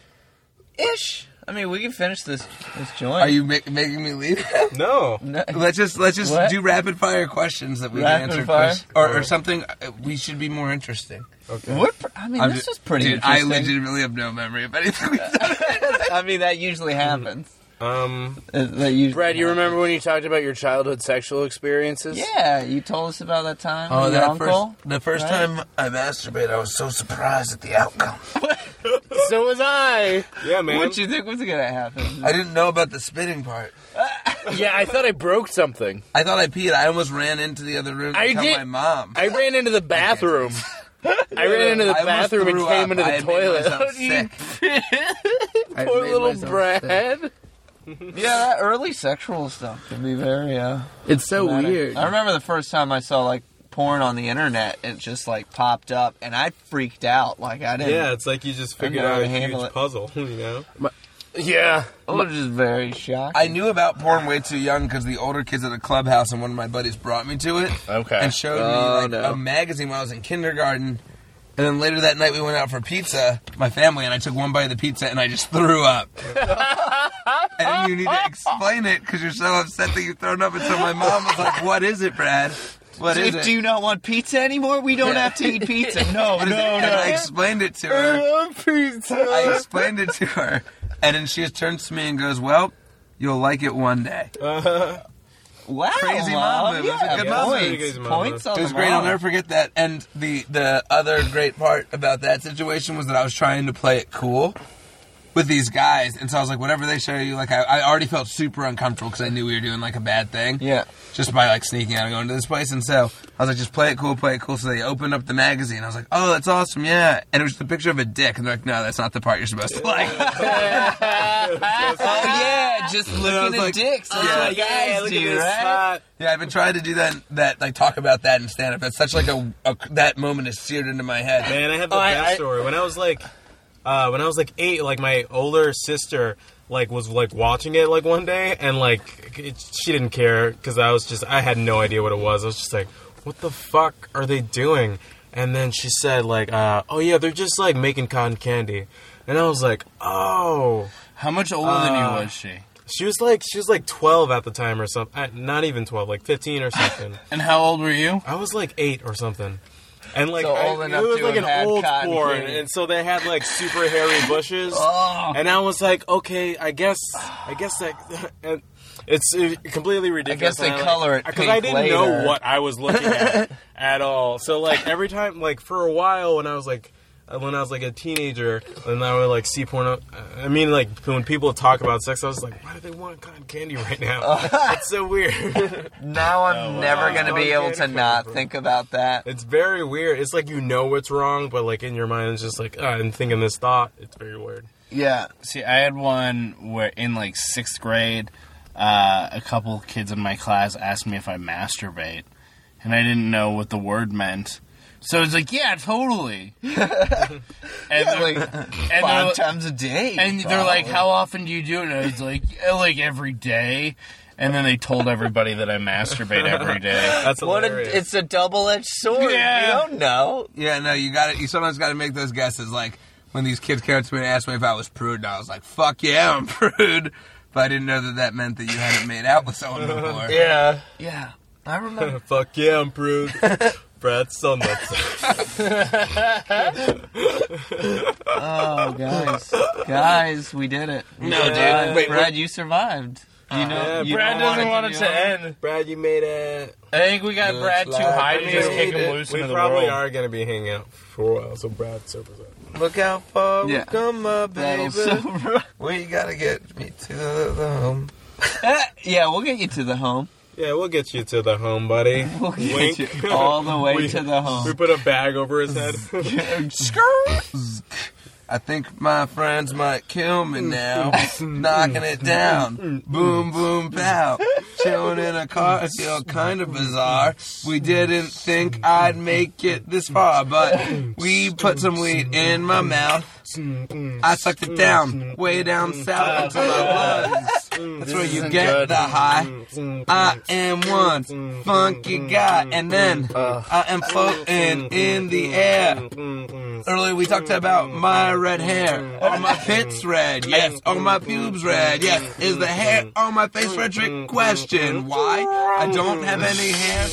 S5: Ish. I mean, we can finish this this joint.
S7: Are you ma- making me leave?
S4: no.
S5: No.
S7: let's just let's just
S5: What?
S7: do rapid fire questions that we
S5: Rapid
S7: can answer
S5: fire?
S7: first, or, or something. uh, We should be more interesting.
S4: Okay.
S5: What? I mean,
S7: I'm
S5: this
S7: ju-
S5: was pretty
S7: Dude, I
S5: interesting.
S7: legitimately have no memory of anything. we've done.
S5: I mean, that usually happens.
S4: Um.
S5: Uh, that usually
S8: Brad, you remember when you talked about your childhood sexual experiences?
S5: Yeah, you told us about that time.
S7: Oh,
S5: with
S7: that
S5: your uncle.
S7: first the first
S5: right?
S7: time I masturbated, I was so surprised at the outcome.
S8: So was I.
S4: Yeah, man.
S5: What you think was gonna happen?
S7: I didn't know about the spitting part.
S8: Yeah, I thought I broke something.
S7: I thought I peed. I almost ran into the other room to
S8: I
S7: tell
S8: did-
S7: my mom.
S8: I ran into the bathroom. I ran into the
S7: I almost
S8: bathroom and
S7: threw
S8: came
S7: up.
S8: into the
S7: I had made myself
S8: toilet.
S7: sick.
S5: I
S8: Poor
S5: made
S8: little
S5: myself sick.
S8: Brad.
S5: Yeah, that early sexual stuff can be very uh,
S8: It's so
S5: traumatic.
S8: weird.
S5: I remember the first time I saw like porn on the internet, it just like popped up, and I freaked out. Like I didn't.
S4: Yeah, it's like you just figured
S5: know how
S4: out a
S5: to handle
S4: huge
S5: it.
S4: puzzle, you know?
S8: Yeah.
S5: I was just very shocked.
S7: I knew about porn way too young because the older kids at the clubhouse and one of my buddies brought me to it
S8: Okay.
S7: and showed
S5: Oh,
S7: me like
S5: no.
S7: a magazine when I was in kindergarten. And then later that night we went out for pizza, my family and I took one bite of the pizza and I just threw up. and you need to explain it because you're so upset that you've thrown up. And so my mom was like, "What is it, Brad? What is
S5: do,
S7: it?"
S5: do you not want pizza anymore? We don't have to eat pizza. No,
S7: What is it?
S5: no,
S7: And I
S5: no.
S7: explained it to her. I explained it to her, and then she turns to me and goes, "Well, you'll like it one day."
S5: Wow,
S7: Crazy
S5: Mom.
S7: Mom, it was a
S5: Yeah,
S7: good
S4: Mom.
S5: points.
S4: Crazy Mom.
S5: Points on
S7: It was
S5: the
S7: great. I'll
S5: Mom.
S7: never forget that. And the the other great part about that situation was that I was trying to play it cool with these guys, and so I was like, whatever they show you, like I, I already felt super uncomfortable because I knew we were doing like a bad thing.
S5: Yeah.
S7: Just by like sneaking out and going to this place, and so I was like, just play it cool, play it cool. So they opened up the magazine. I was like, oh, that's awesome, yeah. And it was just a picture of a dick, and they're like, no, that's not the part you're supposed to like.
S5: Oh yeah, just
S7: I was
S5: looking at
S7: like,
S5: dicks. That's
S7: yeah.
S5: what guys do, right?
S7: Yeah, I've been trying to do that, that like talk about that in stand up. That's such like a, a that moment is seared into my head.
S4: Man, I have the
S8: Oh, I-
S4: best
S8: I-
S4: story. When I was like, uh, when I was like eight, like my older sister like was like watching it like one day, and like it, she didn't care because I was just I had no idea what it was. I was just like, what the fuck are they doing? And then she said like, uh, oh yeah, they're just like making cotton candy, and I was like, oh. Uh,
S8: How much older than you was she?
S4: She was like she was like twelve at the time or something. Not even twelve, like fifteen or something.
S8: And how old were you?
S4: I was like eight or something. And like
S5: So
S4: I-
S5: old enough
S4: it was
S5: to
S4: like
S5: have
S4: an
S5: had
S4: old
S5: cotton
S4: porn,
S5: candy.
S4: and so they had like super hairy bushes,
S5: Oh.
S4: and I was like, okay, I guess, I guess that, and it's uh, completely ridiculous.
S5: guess they
S4: and
S5: color it
S4: because I
S5: pink
S4: didn't
S5: later.
S4: know what I was looking at at all. So like every time, like for a while, when I was like, uh, when I was like a teenager, and I would like see porn. I mean, like when people talk about sex, I was like, why do they want cotton candy right now? it's so weird.
S5: Now
S8: Oh,
S5: I'm never gonna be able to
S4: Okay.
S5: not think about that.
S4: It's very weird. It's like you know what's wrong, but like in your mind, it's just like "Ah, I'm thinking this thought. It's very weird.
S5: Yeah.
S8: See, I had one where in like sixth grade, uh, a couple kids in my class asked me if I masturbate, and I didn't know what the word meant. So I was like, "Yeah, totally." and they're,
S5: Like
S8: and
S5: five
S8: they're-
S5: times a day.
S8: and they're like,
S5: probably.
S8: "How often do you do it?" And I was like, "Yeah, "Like every day." And then they told everybody that I masturbate every day.
S4: That's
S5: What
S4: hilarious.
S5: a, it's a double edged sword.
S8: Yeah.
S5: You don't know.
S7: Yeah, no, you got to You sometimes got to make those guesses. Like when these kids came up to me and asked me if I was prude, and I was like, "Fuck yeah, I'm prude," but I didn't know that that meant that you hadn't made out with someone before.
S8: Yeah.
S5: Yeah. I remember.
S4: Fuck yeah, I'm prude. Brad's so nuts.
S5: Oh, guys, guys, we did it.
S7: No, dude.
S5: Brad,
S7: Wait,
S5: Brad, you survived. You know,
S4: yeah,
S5: you
S8: Brad
S5: don't
S8: doesn't want
S5: wanna
S8: it to
S5: continue on?
S8: end.
S4: Brad, you made it.
S8: I think we got
S7: Looks
S8: Brad too
S7: like
S8: high to
S7: we
S8: just kick
S7: made
S8: him
S7: it.
S8: loose
S4: we
S8: into the
S4: probably
S8: world.
S4: are gonna be hanging out for a while, so Brad, sober up.
S7: Look how far
S5: Yeah.
S7: we've come, my baby.
S5: That'll so-
S7: we gotta get me to the, the home.
S5: yeah, we'll get you to the home.
S4: Yeah, we'll get you to the home, buddy.
S5: We'll get
S4: Wink.
S5: you all the way
S4: We-
S5: to the
S4: We
S5: home.
S4: put a bag over his head.
S7: I think my friends might kill me now. Knocking it down. Boom, boom, pow. Chilling in a car, still kind of bizarre. We didn't think I'd make it this far, but we put some weed in my mouth.
S4: Mm,
S7: I sucked it down, way down south into my lungs. That's where you
S8: isn't
S7: get
S8: good.
S7: the high.
S4: mm,
S7: I am one funky guy, and then I am floating in the air.
S4: mm,
S7: Earlier we talked about my red hair. Are my pits red? Yes. Are my pubes red? Yes. Is the hair on my face red? Trick question. Why? I don't have any hair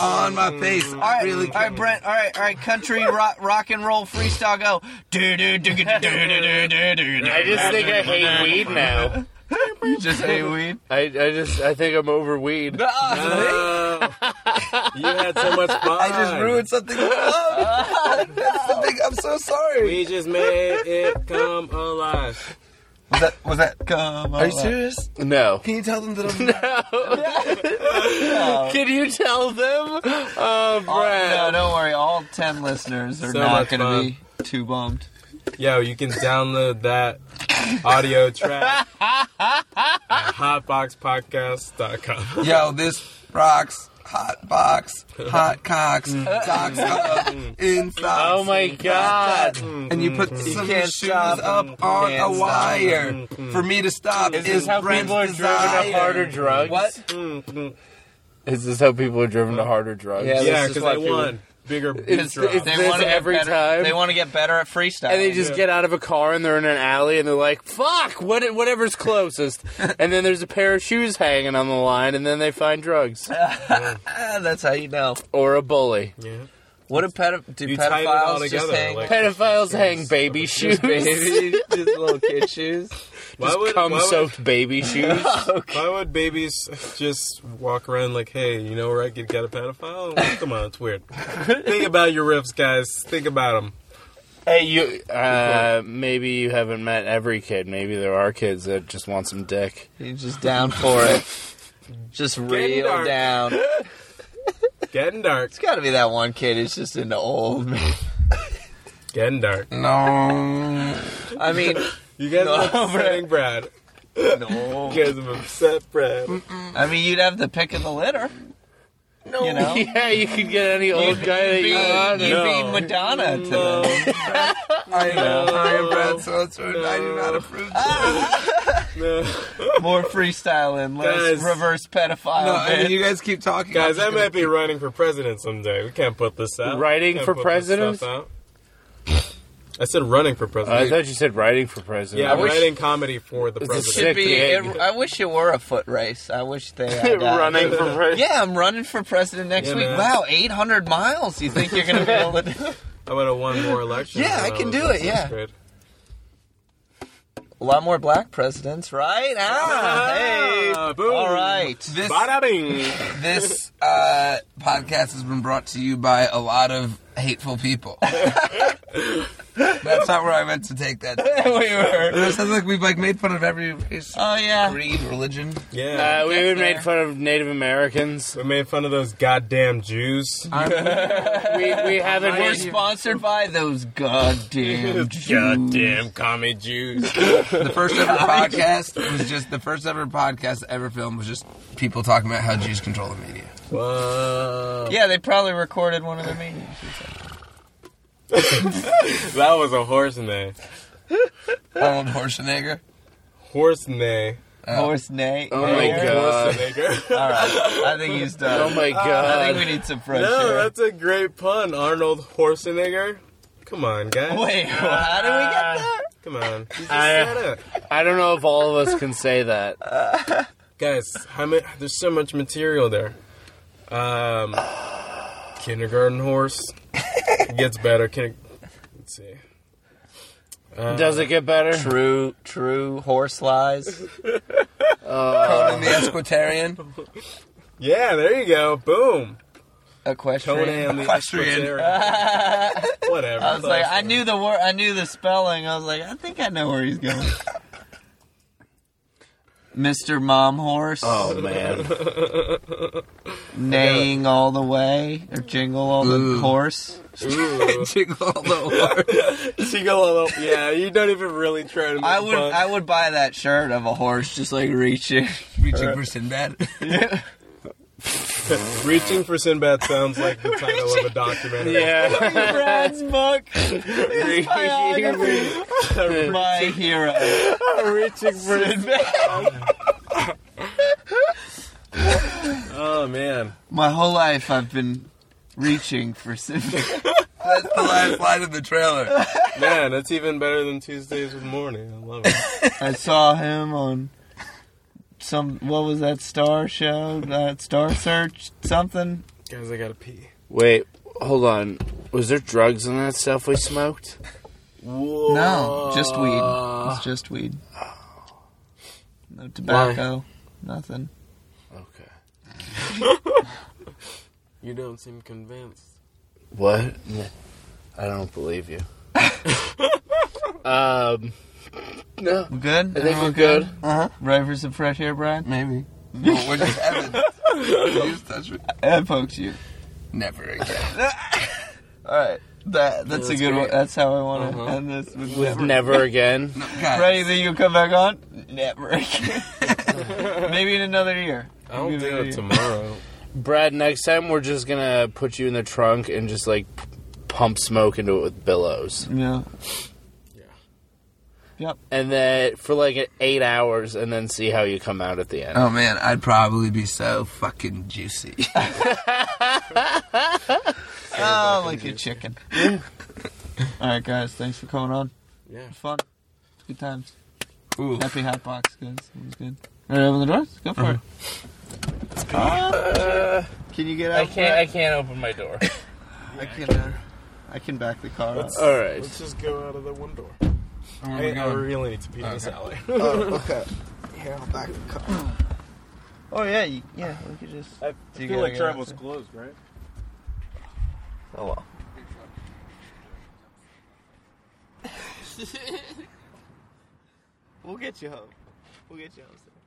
S7: on my
S8: Mm.
S7: face.
S5: All
S7: I
S5: right,
S7: really
S5: all right,
S7: can't.
S5: Brent. All right, all right. Country rock, rock and roll freestyle. Go. Do do do do do do do do.
S8: I just think I hate weed now.
S5: you just hate weed.
S8: I, I just I think I'm over weed.
S4: Oh, you had so much fun.
S7: I just ruined something I love. That's the thing. I'm so sorry.
S4: We just made it come alive.
S7: Was that? Was that?
S5: Come on.
S7: Are you serious?
S8: No.
S7: Can you tell them that I'm not?
S8: Can you tell them? Oh,
S5: All- No,
S8: Brad.
S5: don't worry. All ten listeners are
S4: So
S5: not
S4: much
S5: going to
S4: fun.
S5: be too bummed.
S4: Yo, you can download that audio track at hotboxpodcast.com.
S7: Yo, this rocks. Hot box, hot cocks, socks up in socks.
S8: Oh my god.
S7: And you put some
S5: can't
S7: shoes
S5: stop 'em.
S7: up on
S5: Can't
S7: a
S5: stop
S7: wire. For me to stop
S8: Is
S7: is,
S8: this how
S7: Brent's
S8: people are driven
S7: desire.
S8: to harder drugs?
S7: What?
S8: Is this how people are driven to harder drugs?
S5: Yeah,
S4: Yeah,
S5: this is
S4: because
S5: why
S4: I
S5: people-
S4: won. Bigger
S8: It's-
S4: beat drop.
S8: it's- This
S5: wanna get
S8: every
S5: better-
S8: time.
S5: They want to get better at freestyle.
S8: And they just get out of a car and they're in an alley and they're like, "Fuck, what, whatever's closest." and then there's a pair of shoes hanging on the line, and then they find drugs
S5: Ah, that's how you know.
S8: or a bully.
S4: yeah.
S5: What a pedo- do
S4: You tie it
S5: pedophiles
S4: all
S5: just
S4: together.
S5: hang
S4: like,
S8: Pedophiles hang baby shoes,
S5: babies, just little kid shoes?
S4: why would,
S8: cum
S4: why would-
S8: soaked baby shoes.
S4: Why would babies just walk around like, hey, you know where I could get a pedophile? Like, Come on, it's weird. Think about your riffs, guys. Think about them.
S8: hey, you. Uh, maybe you haven't met every kid. Maybe there are kids that just want some dick.
S5: You just down for it. Just real
S4: dark.
S5: down. It's
S4: Getting dark.
S5: got to be that one kid who's just into old man.
S4: Getting dark.
S7: No.
S5: I mean,
S4: You guys are
S5: No,
S4: upsetting Brad.
S5: no.
S4: You guys have upset Brad.
S5: I mean, you'd have the pick of the litter. No. You know?
S8: Yeah, you could get any old guy that
S5: You'd be,
S8: you want.
S5: you'd be Madonna to them.
S7: I am, I am Brad Seltzer and I do not approve this.
S4: No.
S5: More freestyling, less
S4: Guys.
S5: reverse pedophile.
S7: No, I mean,
S5: bit.
S7: you guys keep talking. I'm
S4: Guys,
S7: just
S4: I
S7: gonna-
S4: might be running for president someday. We can't put this out.
S8: Writing
S4: Can't
S8: for
S4: put this stuff
S8: president?
S4: out. I said running for president.
S8: I thought you said writing for president.
S4: yeah,
S8: I wish-
S4: writing comedy for the
S8: This
S4: president.
S8: shit-
S5: should be. It,
S8: 58.
S5: I wish it were a foot race. I wish they had, uh,
S8: running for president.
S5: Yeah, I'm running for president next
S4: Yeah,
S5: week.
S4: man.
S5: Wow, 800 miles. You think you're gonna be able to? do-
S4: I would have won more elections.
S5: Yeah,
S4: when
S5: I can
S4: was
S5: do
S4: in
S5: it, yeah.
S4: first grade.
S5: A lot more black presidents, right? Ah, hey.
S4: Ah, boom.
S5: All right.
S7: This,
S4: Bada bing.
S7: this uh, podcast has been brought to you by a lot of hateful people. That's not where I meant to take that.
S5: we were.
S7: It sounds like we've like made fun of every race,
S5: Oh yeah.
S7: creed, religion.
S4: Yeah.
S8: Uh, we even
S5: there.
S8: made fun of Native Americans.
S4: we made fun of those goddamn Jews.
S8: We, we haven't.
S5: We're sponsored by those goddamn
S4: goddamn commie Jews.
S7: The first ever podcast was just the first ever podcast ever filmed was just people talking about how Jews control the media.
S4: Whoa.
S5: Yeah, they probably recorded one of their meetings.
S4: That was a horse neigh.
S7: Arnold Schwarzenegger.
S4: Horse neigh.
S5: Horse Nate.
S8: Oh my
S4: Horse
S8: god.
S4: nigger.
S5: All right. I think he's
S8: Oh
S5: done.
S8: my
S5: I think
S8: god.
S5: we need some fresh
S4: No,
S5: air.
S4: that's a great pun, Arnold Horsenegger. Come on, guys.
S5: Oh, Wait, how did we get there?
S4: Come on. You just
S8: I-
S4: said it.
S8: I don't know if all of us can say that.
S4: Guys, how ma- there's so much material there. Um, kindergarten horse. It gets better. Kinder- Let's see.
S8: Does it get better?
S5: Uh, True, true horse lies.
S7: Conan the Esquitarian.
S4: Yeah, there you go. Boom.
S5: Equestrian.
S4: Conan the
S7: Equestrian.
S4: Equestrian. Whatever.
S5: I was like, I knew the word, I knew the spelling. I was like, I think I know where he's going. Mr. Mom Horse,
S8: Oh man.
S5: neighing all the way, or jingle all the horse.
S4: Ooh.
S7: Jingle all the horse.
S4: She go all Yeah, you don't even really try to. Make
S5: I would,
S4: fun.
S5: I would buy that shirt of a horse just like reaching.
S7: Reaching for Sinbad.
S4: Reaching for Sinbad sounds like the title of a documentary.
S8: Yeah.
S5: Brad's book, biography. my hero.
S4: Reaching for Oh man.
S5: My whole life I've been reaching for Sinbad.
S7: That's the last line of the trailer.
S4: Man, that's even better than Tuesdays with morning. I love it.
S5: I saw him on some what was that star show? That Star Search something.
S4: Guys, I gotta pee.
S8: Wait, hold on. Was there drugs in that stuff we smoked?
S4: Whoa.
S5: No, just weed. It's just weed. No tobacco. Nothing.
S8: Okay.
S4: You don't seem convinced.
S8: What? I don't believe you. um No.
S5: We good?
S8: I think we're good.
S5: Ready for some fresh air, Brian?
S7: Maybe. Well, we're just Evan. You just touch me.
S5: I poked you.
S7: Never again.
S5: All right.
S9: That that's, a good one. That's how I want to end this. With never.
S8: Never again.
S7: God.
S9: Ready that you come back on? Never. again. Maybe in another year.
S4: I'll
S9: Maybe
S4: do
S9: another
S4: it
S9: year.
S4: tomorrow.
S8: Brad, next time we're just gonna put you in the trunk and just like p- pump smoke into it with billows.
S9: Yeah.
S8: And then for like eight hours and then see how you come out at the end.
S7: Oh man, I'd probably be so fucking juicy.
S9: Oh, like a chicken. All right, guys. Thanks for coming on.
S4: Yeah.
S9: It was fun. Good times.
S7: Ooh.
S9: Happy hot box, guys. It was good. All right, open the doors. Go for it. Can you get out?
S8: I can't open my door.
S9: I can. Uh, I can back the car up.
S8: All right.
S4: Let's just go out of the one door.
S7: Where are
S4: I,
S7: we
S4: I
S7: going?
S4: really need to pee in this alley.
S10: Oh, okay. Here, I'll back the car.
S9: Oh yeah, you, yeah. We could just.
S4: I
S9: Do you feel gotta like get out travel's there?
S4: closed, right?
S9: Oh well. we'll get you home. We'll get you home. Sir.